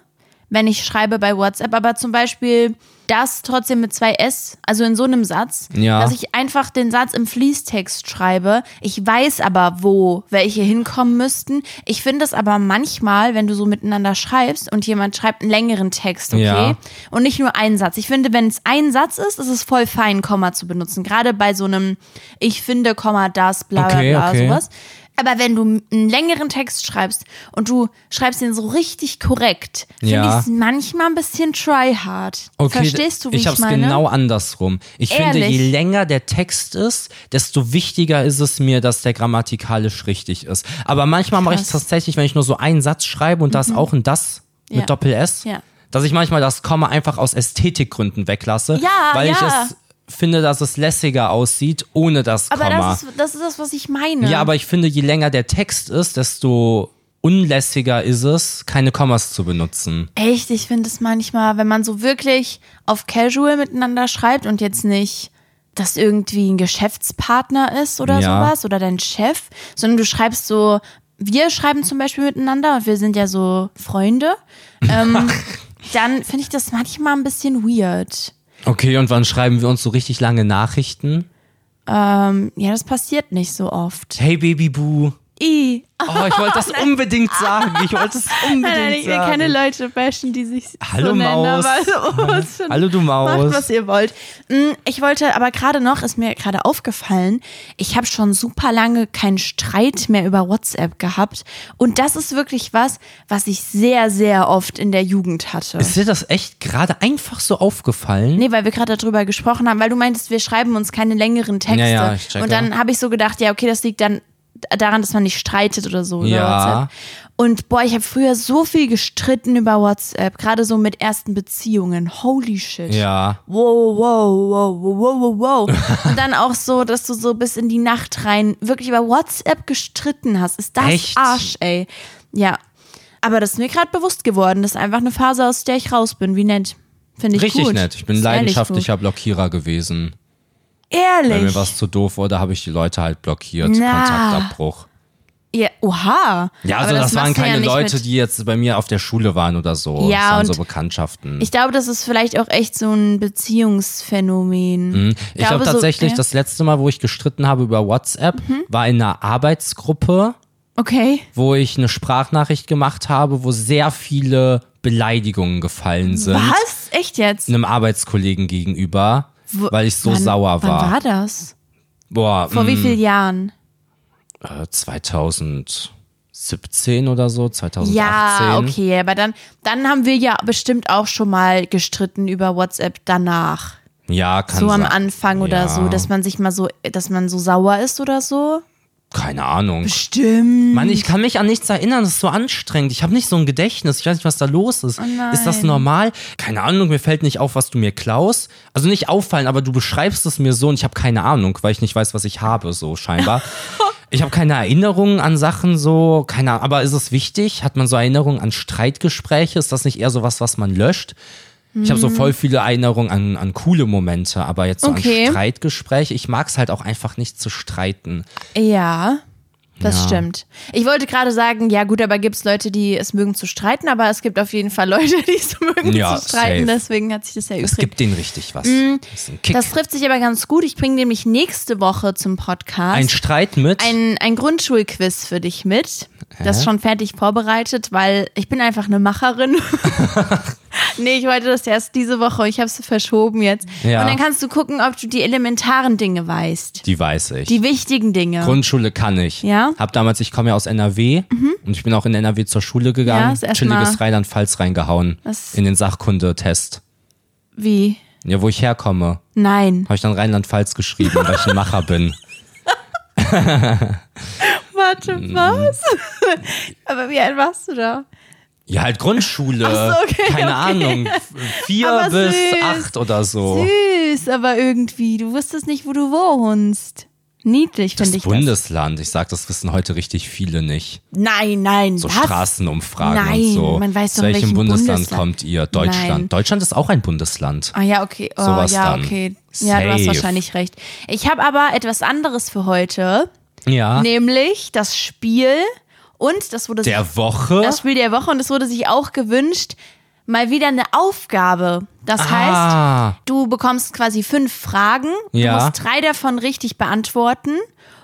wenn ich schreibe bei WhatsApp, aber zum Beispiel das trotzdem mit zwei S, also in so einem Satz,
Ja.
dass ich einfach den Satz im Fließtext schreibe. Ich weiß aber, wo welche hinkommen müssten. Ich finde es aber manchmal, wenn du so miteinander schreibst und jemand schreibt einen längeren Text, okay?
Ja.
Und nicht nur einen Satz. Ich finde, wenn es ein Satz ist, ist es voll fein, Komma zu benutzen. Gerade bei so einem, ich finde, Komma, das, bla, bla,
Okay,
bla,
okay.
sowas. Aber wenn du einen längeren Text schreibst und du schreibst den so richtig korrekt, finde
Ja.
ich es manchmal ein bisschen tryhard. Verstehst du, wie ich,
hab's
meine?
genau andersrum. Ich finde,
Ehrlich?
je länger der Text ist, desto wichtiger ist es mir, dass der grammatikalisch richtig ist. Aber manchmal mache ich es
Krass. Mhm.
tatsächlich, wenn ich nur so einen Satz schreibe und da ist auch ein Das mit
Ja.
Doppel-S,
Ja.
dass ich manchmal das Komma einfach aus Ästhetikgründen weglasse,
Ja,
weil ich
ja.
es finde, dass es lässiger aussieht ohne das
aber
Komma.
das ist, das ist das, was ich meine.
ja, aber ich finde, je länger der Text ist, desto unlässiger ist es, keine Kommas zu benutzen.
Echt, ich finde es manchmal, wenn man so wirklich auf Casual miteinander schreibt und jetzt nicht, dass irgendwie ein Geschäftspartner ist oder
Ja.
sowas oder dein Chef, sondern du schreibst so, wir schreiben zum Beispiel miteinander und wir sind ja so Freunde, ähm, dann finde ich das manchmal ein bisschen weird.
Okay, und wann schreiben wir uns so richtig lange Nachrichten?
Ähm, ja, das passiert nicht so oft.
Hey Baby Boo.
I.
Oh, ich wollte das unbedingt sagen. Ich wollte es unbedingt
Nein, nein, ich will
sagen.
keine Leute bashen, die sich
Hallo
so nennen.
Maus.
Aber es ist-
Hallo, du Maus.
Macht, was ihr wollt. Mm, Ich wollte aber gerade noch, ist mir gerade aufgefallen, ich habe schon super lange keinen Streit mehr über WhatsApp gehabt. Und das ist wirklich was, was ich sehr, sehr oft in der Jugend hatte.
Ist dir das echt gerade einfach so aufgefallen?
Nee, weil wir gerade darüber gesprochen haben, weil du meintest, wir schreiben uns keine längeren Texte.
Ja, ja, ich checke.
und dann habe ich so gedacht, ja, okay, das liegt dann daran, dass man nicht streitet oder so über
Ja.
WhatsApp. Und boah, ich habe früher so viel gestritten über WhatsApp, gerade so mit ersten Beziehungen. Holy shit.
Ja.
Wow, wow, wow, wow, wow, wow. und dann auch so, dass du so bis in die Nacht rein wirklich über WhatsApp gestritten hast. Ist das
Echt?
Arsch, ey. Ja. Aber das ist mir gerade bewusst geworden. Das ist einfach eine Phase, aus der ich raus bin. Wie nett. Finde ich
Richtig
gut.
nett. Ich bin
Ist ehrlich
leidenschaftlicher Blockierer gewesen.
gut. Ehrlich.
Wenn mir was zu doof wurde, habe ich die Leute halt blockiert.
Na.
Kontaktabbruch.
ja, oha.
Ja, also
Aber
das, waren
machst du ja
keine
nicht
Leute,
mit-
die jetzt bei mir auf der Schule waren oder so.
Ja,
das waren
und
so Bekanntschaften.
Ich glaube, das ist vielleicht auch echt so ein Beziehungsphänomen.
Mhm. Ich glaube
so-
tatsächlich,
ja. Mhm.
das letzte Mal, wo ich gestritten habe über WhatsApp, war in einer Arbeitsgruppe,
Okay.
wo ich eine Sprachnachricht gemacht habe, wo sehr viele Beleidigungen gefallen sind.
Was? Echt jetzt?
Einem Arbeitskollegen gegenüber,
Wo-
weil ich so
wann,
sauer war.
Wann
Mhm.
war das?
Boah,
Vor wie
mh,
vielen Jahren?
äh, 2017 oder so, 2018.
Ja, okay, aber dann, dann haben wir ja bestimmt auch schon mal gestritten über WhatsApp danach.
Ja, kann
So am
sein.
Anfang oder
Ja.
so, dass man sich mal so, dass man so sauer ist oder so.
Keine Ahnung.
Stimmt.
Mann, ich kann mich an nichts erinnern, das ist so anstrengend. Ich habe nicht so ein Gedächtnis, ich weiß nicht, was da los ist.
Oh nein.
ist das normal? Keine Ahnung, mir fällt nicht auf, was du mir klaust. Also nicht auffallen, aber du beschreibst es mir so und ich habe keine Ahnung, weil ich nicht weiß, was ich habe, so scheinbar. ich habe keine Erinnerungen an Sachen so, keine Ahnung, aber ist es wichtig? Hat man so Erinnerungen an Streitgespräche? Ist das nicht eher so was, was man löscht? Ich habe so
Mhm.
voll viele Erinnerungen an, an coole Momente, aber jetzt so
Okay.
an Streitgespräche. Ich mag es halt auch einfach nicht zu streiten.
Ja, das
Ja.
stimmt. Ich wollte gerade sagen, ja gut, aber gibt es Leute, die es mögen zu streiten, aber es gibt auf jeden Fall Leute, die es mögen
Ja,
zu streiten,
safe.
deswegen hat sich das ja
Es
übrig.
gibt denen richtig was. Das ist ein Kick.
Mhm. Das trifft sich aber ganz gut. Ich bringe nämlich nächste Woche zum Podcast.
Ein Streit mit?
ein, ein Grundschulquiz für dich mit. Das ist schon fertig vorbereitet, weil ich bin einfach eine Macherin. nee, ich wollte das erst diese Woche. Ich habe es verschoben jetzt.
Ja.
Und dann kannst du gucken, ob du die elementaren Dinge weißt.
die weiß ich.
Die wichtigen Dinge.
Grundschule kann ich.
Ja? Mhm.
Hab damals, ich komme ja aus NRW und ich bin auch in NRW zur Schule
Ja,
gegangen.
ist erst mal-
Chilliges Rheinland-Pfalz reingehauen.
Das-
In den Sachkundetest.
Wie?
Ja, wo ich herkomme,
Nein.
habe ich dann Rheinland-Pfalz geschrieben, weil ich ein Macher bin.
Warte,
Hm.
was? aber wie alt warst du da?
Ja, halt Grundschule.
Ach so, okay,
Keine Ahnung. Vier
Aber
bis
süß.
acht oder so.
Süß, aber irgendwie. Du wusstest nicht, wo du wohnst. Niedlich,
Das
finde ich das.
Bundesland. Ich sag, das wissen heute richtig viele nicht.
Nein, nein,
So
das
Straßenumfragen
Nein,
und so.
man weiß
Aus
doch, in
welchem
welchem
Bundesland,
Bundesland.
kommt ihr? Deutschland.
Nein.
Deutschland ist auch ein Bundesland.
Ah ja, okay. Oh,
Sowas
ja,
dann.
okay. Ja, du hast
Safe.
wahrscheinlich recht. Ich habe aber etwas anderes für heute,
Ja.
nämlich das Spiel und das wurde sich,
Der Woche.
das Spiel der Woche und es wurde sich auch gewünscht, mal wieder eine Aufgabe. Das heißt,
ah,
du bekommst quasi fünf Fragen,
Ja.
du musst drei davon richtig beantworten.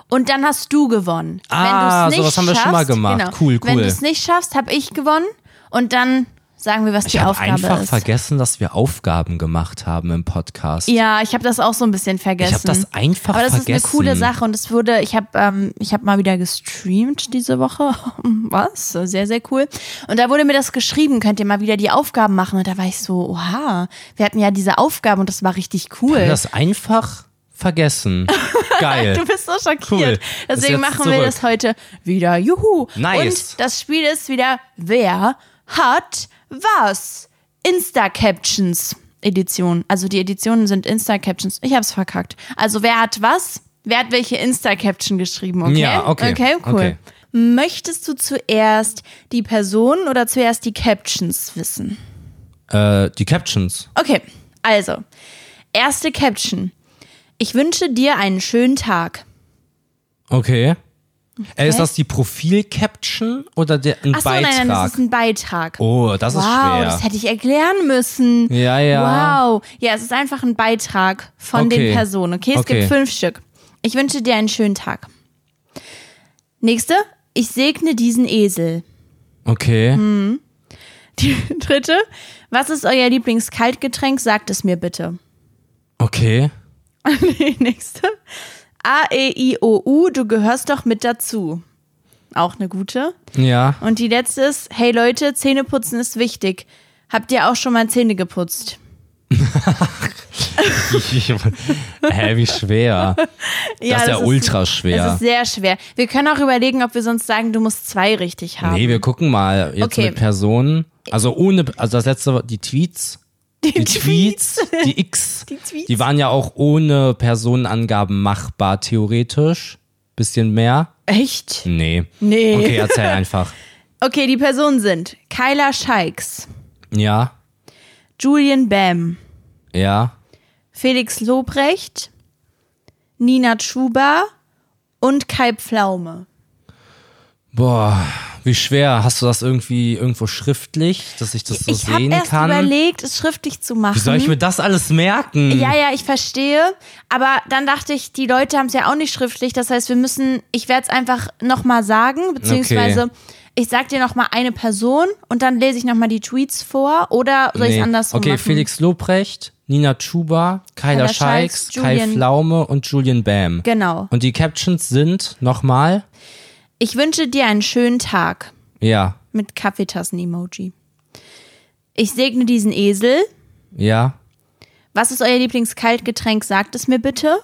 Und dann hast du gewonnen.
Ah,
Wenn du's nicht
sowas haben wir
schaffst,
schon mal gemacht.
Genau,
Cool,
Wenn
cool.
du es nicht schaffst, habe ich gewonnen. Und dann sagen wir, was die
ich habe
Aufgabe
einfach
ist.
vergessen, dass wir Aufgaben gemacht haben im Podcast.
Ja, ich habe das auch so ein bisschen vergessen.
Ich habe das einfach
Aber das
vergessen.
ist eine coole Sache und es wurde, ich habe ähm, ich hab mal wieder gestreamt diese Woche. Was? Sehr, sehr cool. Und da wurde mir das geschrieben, könnt ihr mal wieder die Aufgaben machen. Und da war ich so, oha, wir hatten ja diese Aufgaben und das war richtig
Ich
cool.
hab das einfach vergessen.
Du
Geil.
bist so schockiert.
Cool.
Deswegen
Ist jetzt
machen wir
zurück.
das heute wieder. Juhu.
Nice.
Und das Spiel ist wieder, wer hat was? Insta-Captions Edition. Also die Editionen sind Insta-Captions. Ich hab's verkackt. Also wer hat was? Wer hat welche Insta-Caption geschrieben? Okay.
Ja, okay.
Okay, cool.
Okay.
Möchtest du zuerst die Person oder zuerst die Captions wissen?
äh, die Captions.
Okay, also. Erste Caption. Ich wünsche dir einen schönen Tag.
Okay. Äh, ist das die Profil-Caption oder der, ein
Ach so,
Beitrag?
nein, nein, das ist ein Beitrag.
oh, das
wow,
ist schwer.
das hätte ich erklären müssen.
ja, ja.
Wow. Ja, es ist einfach ein Beitrag von
Okay.
den Personen. Okay, es
Okay.
gibt fünf Stück. Ich wünsche dir einen schönen Tag. Nächste. Ich segne diesen Esel.
Okay.
Hm. Die dritte. Was ist euer Lieblingskaltgetränk? Sagt es mir bitte.
Okay.
Die nächste. A, E, I, O, U. Du gehörst doch mit dazu. Auch eine gute.
Ja.
Und die letzte ist, hey Leute, Zähneputzen ist wichtig. Habt ihr auch schon mal Zähne geputzt?
Hä, wie schwer. das ist ja ultra
Das
schwer.
ist sehr schwer. Wir können auch überlegen, ob wir sonst sagen, du musst zwei richtig haben.
Nee, wir gucken mal jetzt
Okay.
mit Personen. Also ohne, also das letzte, die Tweets.
die,
die X, die,
Tweets.
waren ja auch ohne Personenangaben machbar, theoretisch. Bisschen mehr?
Echt?
Nee.
Nee.
Hm. Okay, erzähl einfach.
Okay, die Personen sind Kyla Scheiks,
Ja,
Julian Bam,
ja.
Felix Lobrecht, Nina Schuber und Kai Pflaume.
Boah, wie schwer. Hast du das irgendwie irgendwo schriftlich, dass ich das so
ich habe
sehen
erst
kann?
überlegt, es schriftlich zu machen.
wie soll ich mir das alles merken?
Ja, ja, ich verstehe. Aber dann dachte ich, die Leute haben es ja auch nicht schriftlich. Das heißt, wir müssen, ich werde es einfach nochmal sagen, beziehungsweise ich sag dir nochmal eine Person und dann lese ich nochmal die Tweets vor oder soll ich
Nee.
es andersrum
Okay,
machen?
Felix Lobrecht, Nina Chuba, Kyla
Kyla Scheiks,
Scheiks, Kai
Julian-
Pflaume und Julian Bam.
Genau.
Und die Captions sind nochmal,
Ich wünsche dir einen schönen Tag
ja,
mit Kaffeetassen-Emoji. Ich segne diesen Esel.
ja,
Was ist euer Lieblingskaltgetränk? Sagt es mir bitte.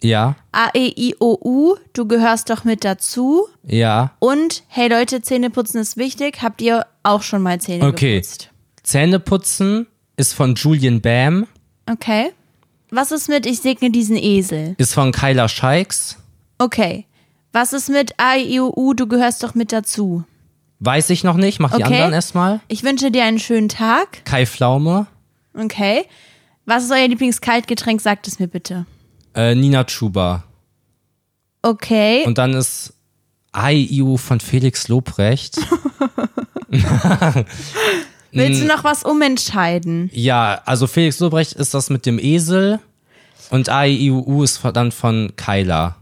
E
ja,
A-E-I-O-U, du gehörst doch mit dazu.
ja.
Und, hey Leute, Zähneputzen ist wichtig. Habt ihr auch schon mal Zähne
Okay.
geputzt?
Zähneputzen ist von Julian Bam,
Okay. Was ist mit Ich segne diesen Esel?
ist von Kyla Scheiks.
Okay. Was ist mit AIU, du gehörst doch mit dazu?
Weiß ich noch nicht, mach die
Okay.
anderen erstmal.
Ich wünsche dir einen schönen Tag.
Kai Pflaume,
Okay. Was ist euer Lieblingskaltgetränk? Sagt es mir bitte.
äh, Nina Chuba.
Okay.
Und dann ist IU von Felix Lobrecht.
Willst du noch was umentscheiden?
Ja, also Felix Lobrecht ist das mit dem Esel und AIUU ist von- dann von Kyla.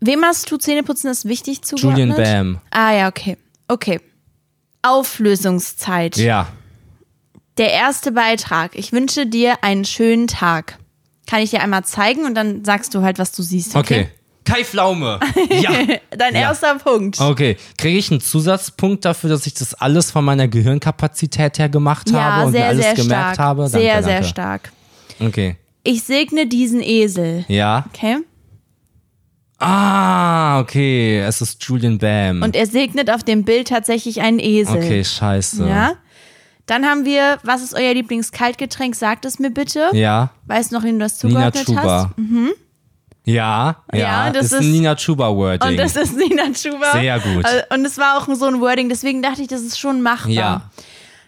Wem hast du Zähneputzen ist wichtig zu
Julian Bam.
Ah ja, okay. Okay. Auflösungszeit.
Ja.
Der erste Beitrag. Ich wünsche dir einen schönen Tag. Kann ich dir einmal zeigen und dann sagst du halt, was du siehst.
Okay. Kai Pflaume. Ja.
Dein erster Punkt.
Okay. Kriege ich einen Zusatzpunkt dafür, dass ich das alles von meiner Gehirnkapazität her gemacht habe
Ja,
und mir
sehr,
alles
sehr
gemerkt
stark.
habe? Danke,
sehr,
danke.
sehr stark.
Okay.
Ich segne diesen Esel.
Ja.
Okay?
Ah, okay. Es ist Julian Bam.
Und er segnet auf dem Bild tatsächlich einen Esel.
okay, scheiße.
Ja? Dann haben wir, was ist euer Lieblingskaltgetränk? Sagt es mir bitte.
Ja.
Weißt du noch, wem du das
Nina
zugeordnet hast? Mhm.
Chuba. Ja, ja,
Ja, das
das ist ein
ist-
Nina Chuba-Wording.
Und das ist Nina Schuber.
Sehr gut.
Und es war auch so ein Wording, deswegen dachte ich, das ist schon machbar.
Ja.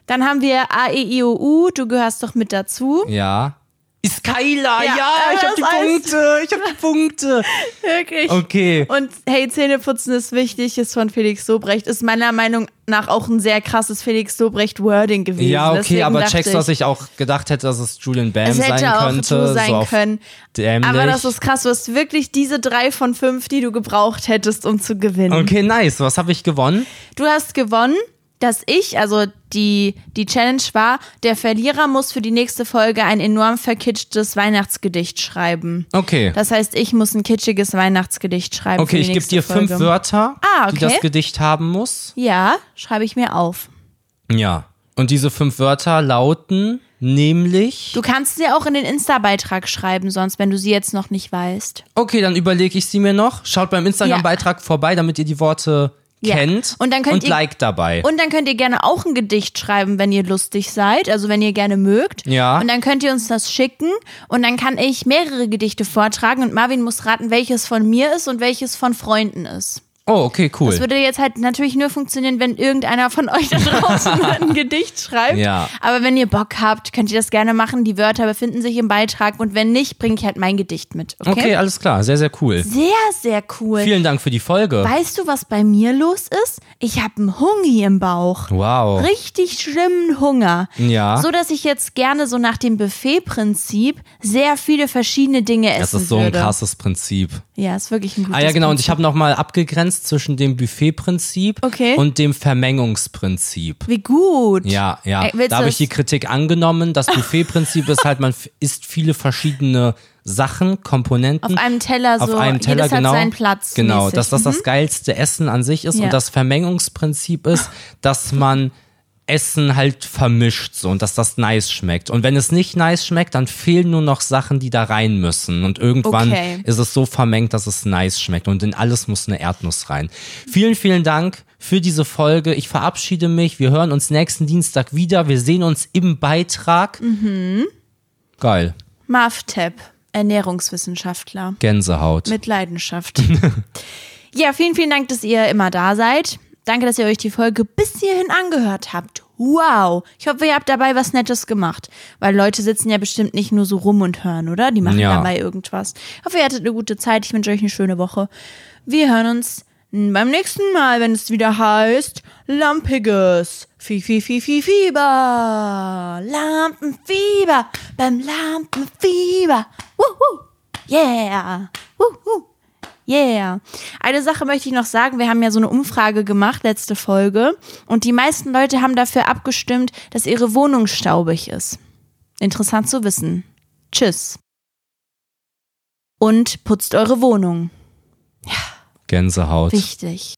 Dann haben wir E AEIOU, du gehörst doch mit dazu.
Ja. Ist Kyla,
Ja,
ja, ich
das
hab die
heißt-
Punkte, ich hab die Punkte.
Wirklich.
Okay.
Und hey, Zähneputzen ist wichtig, ist von Felix Sobrecht. Ist meiner Meinung nach auch ein sehr krasses Felix Sobrecht-Wording gewesen.
Ja, okay,
Deswegen
aber
dachte
checkst,
ich,
dass ich auch gedacht hätte, dass es Julian Bam
es
sein
hätte auch
könnte.
du sein
so auf
können.
Dämlich.
Aber das ist krass. Du hast wirklich diese drei von fünf, die du gebraucht hättest, um zu gewinnen.
Okay, nice. Was habe ich gewonnen?
Du hast gewonnen, dass ich, also die, die Challenge war, der Verlierer muss für die nächste Folge ein enorm verkitschtes Weihnachtsgedicht schreiben.
Okay.
Das heißt, ich muss ein kitschiges Weihnachtsgedicht schreiben.
okay,
für die
ich gebe
nächste
dir
Folge.
fünf Wörter,
Ah,
die
okay.
das Gedicht haben muss.
Ja, schreibe ich mir auf.
Ja. Und diese fünf Wörter lauten nämlich.
Du kannst sie auch in den Insta-Beitrag schreiben, sonst, wenn du sie jetzt noch nicht weißt.
Okay, dann überlege ich sie mir noch. Schaut beim Instagram-Beitrag vorbei, damit ihr die Worte
Ja.
kennt
Und dann könnt ihr-
like dabei.
Und dann könnt ihr gerne auch ein Gedicht schreiben, wenn ihr lustig seid, also wenn ihr gerne mögt.
Ja.
Und dann könnt ihr uns das schicken und dann kann ich mehrere Gedichte vortragen und Marvin muss raten, welches von mir ist und welches von Freunden ist.
oh, okay, cool.
Das würde jetzt halt natürlich nur funktionieren, wenn irgendeiner von euch da draußen ein Gedicht schreibt.
Ja.
Aber wenn ihr Bock habt, könnt ihr das gerne machen. Die Wörter befinden sich im Beitrag und wenn nicht, bringe ich halt mein Gedicht mit. Okay.
Okay, alles klar. Sehr, sehr cool.
Sehr, sehr cool.
Vielen Dank für die Folge.
Weißt du, was bei mir los ist? Ich habe einen Hungi im Bauch.
Wow.
Richtig schlimmen Hunger.
Oh. Ja.
So dass ich jetzt gerne so nach dem Buffet-Prinzip sehr viele verschiedene Dinge essen
Das ist so ein
würde.
krasses Prinzip.
Ja, ist wirklich ein gutes
Ah ja, genau. Und
Prinzip.
ich habe nochmal abgegrenzt. Differenz zwischen dem Buffet-Prinzip
Okay.
und dem Vermengungsprinzip.
Wie gut.
Ja, ja.
Ey, willst
da
du
habe
es-
ich die Kritik angenommen. Das Buffet-Prinzip ist halt, man f- isst viele verschiedene Sachen, Komponenten.
Auf einem Teller so.
auf einem Teller,
Also jedes
genau.
hat seinen Platz.
Genau,
mäßig. mhm.
dass das das geilste Essen an sich ist
Ja.
und das Vermengungsprinzip ist, dass man Essen halt vermischt so und dass das nice schmeckt. Und wenn es nicht nice schmeckt, dann fehlen nur noch Sachen, die da rein müssen. Und irgendwann
Okay.
ist es so vermengt, dass es nice schmeckt. Und in alles muss eine Erdnuss rein. Vielen, vielen Dank für diese Folge. Ich verabschiede mich. Wir hören uns nächsten Dienstag wieder. Wir sehen uns im Beitrag.
Mhm.
Geil.
Marv Tepp, Ernährungswissenschaftler.
Gänsehaut.
Mit Leidenschaft. ja, vielen, vielen Dank, dass ihr immer da seid. Danke, dass ihr euch die Folge bis hierhin angehört habt. Wow. Ich hoffe, ihr habt dabei was Nettes gemacht. Weil Leute sitzen ja bestimmt nicht nur so rum und hören, oder? Die machen
Ja.
dabei irgendwas. Ich hoffe, ihr hattet eine gute Zeit. Ich wünsche euch eine schöne Woche. Wir hören uns beim nächsten Mal, wenn es wieder heißt Lampiges Fie, Fie, Fie, Fie, Fieber. Lampenfieber. Beim Lampenfieber. Wuhu. Yeah. Wuhu. Yeah. Eine Sache möchte ich noch sagen. Wir haben ja so eine Umfrage gemacht, letzte Folge. Und die meisten Leute haben dafür abgestimmt, dass ihre Wohnung staubig ist. Interessant zu wissen. Tschüss. Und putzt eure Wohnung.
Gänsehaut.
Wichtig.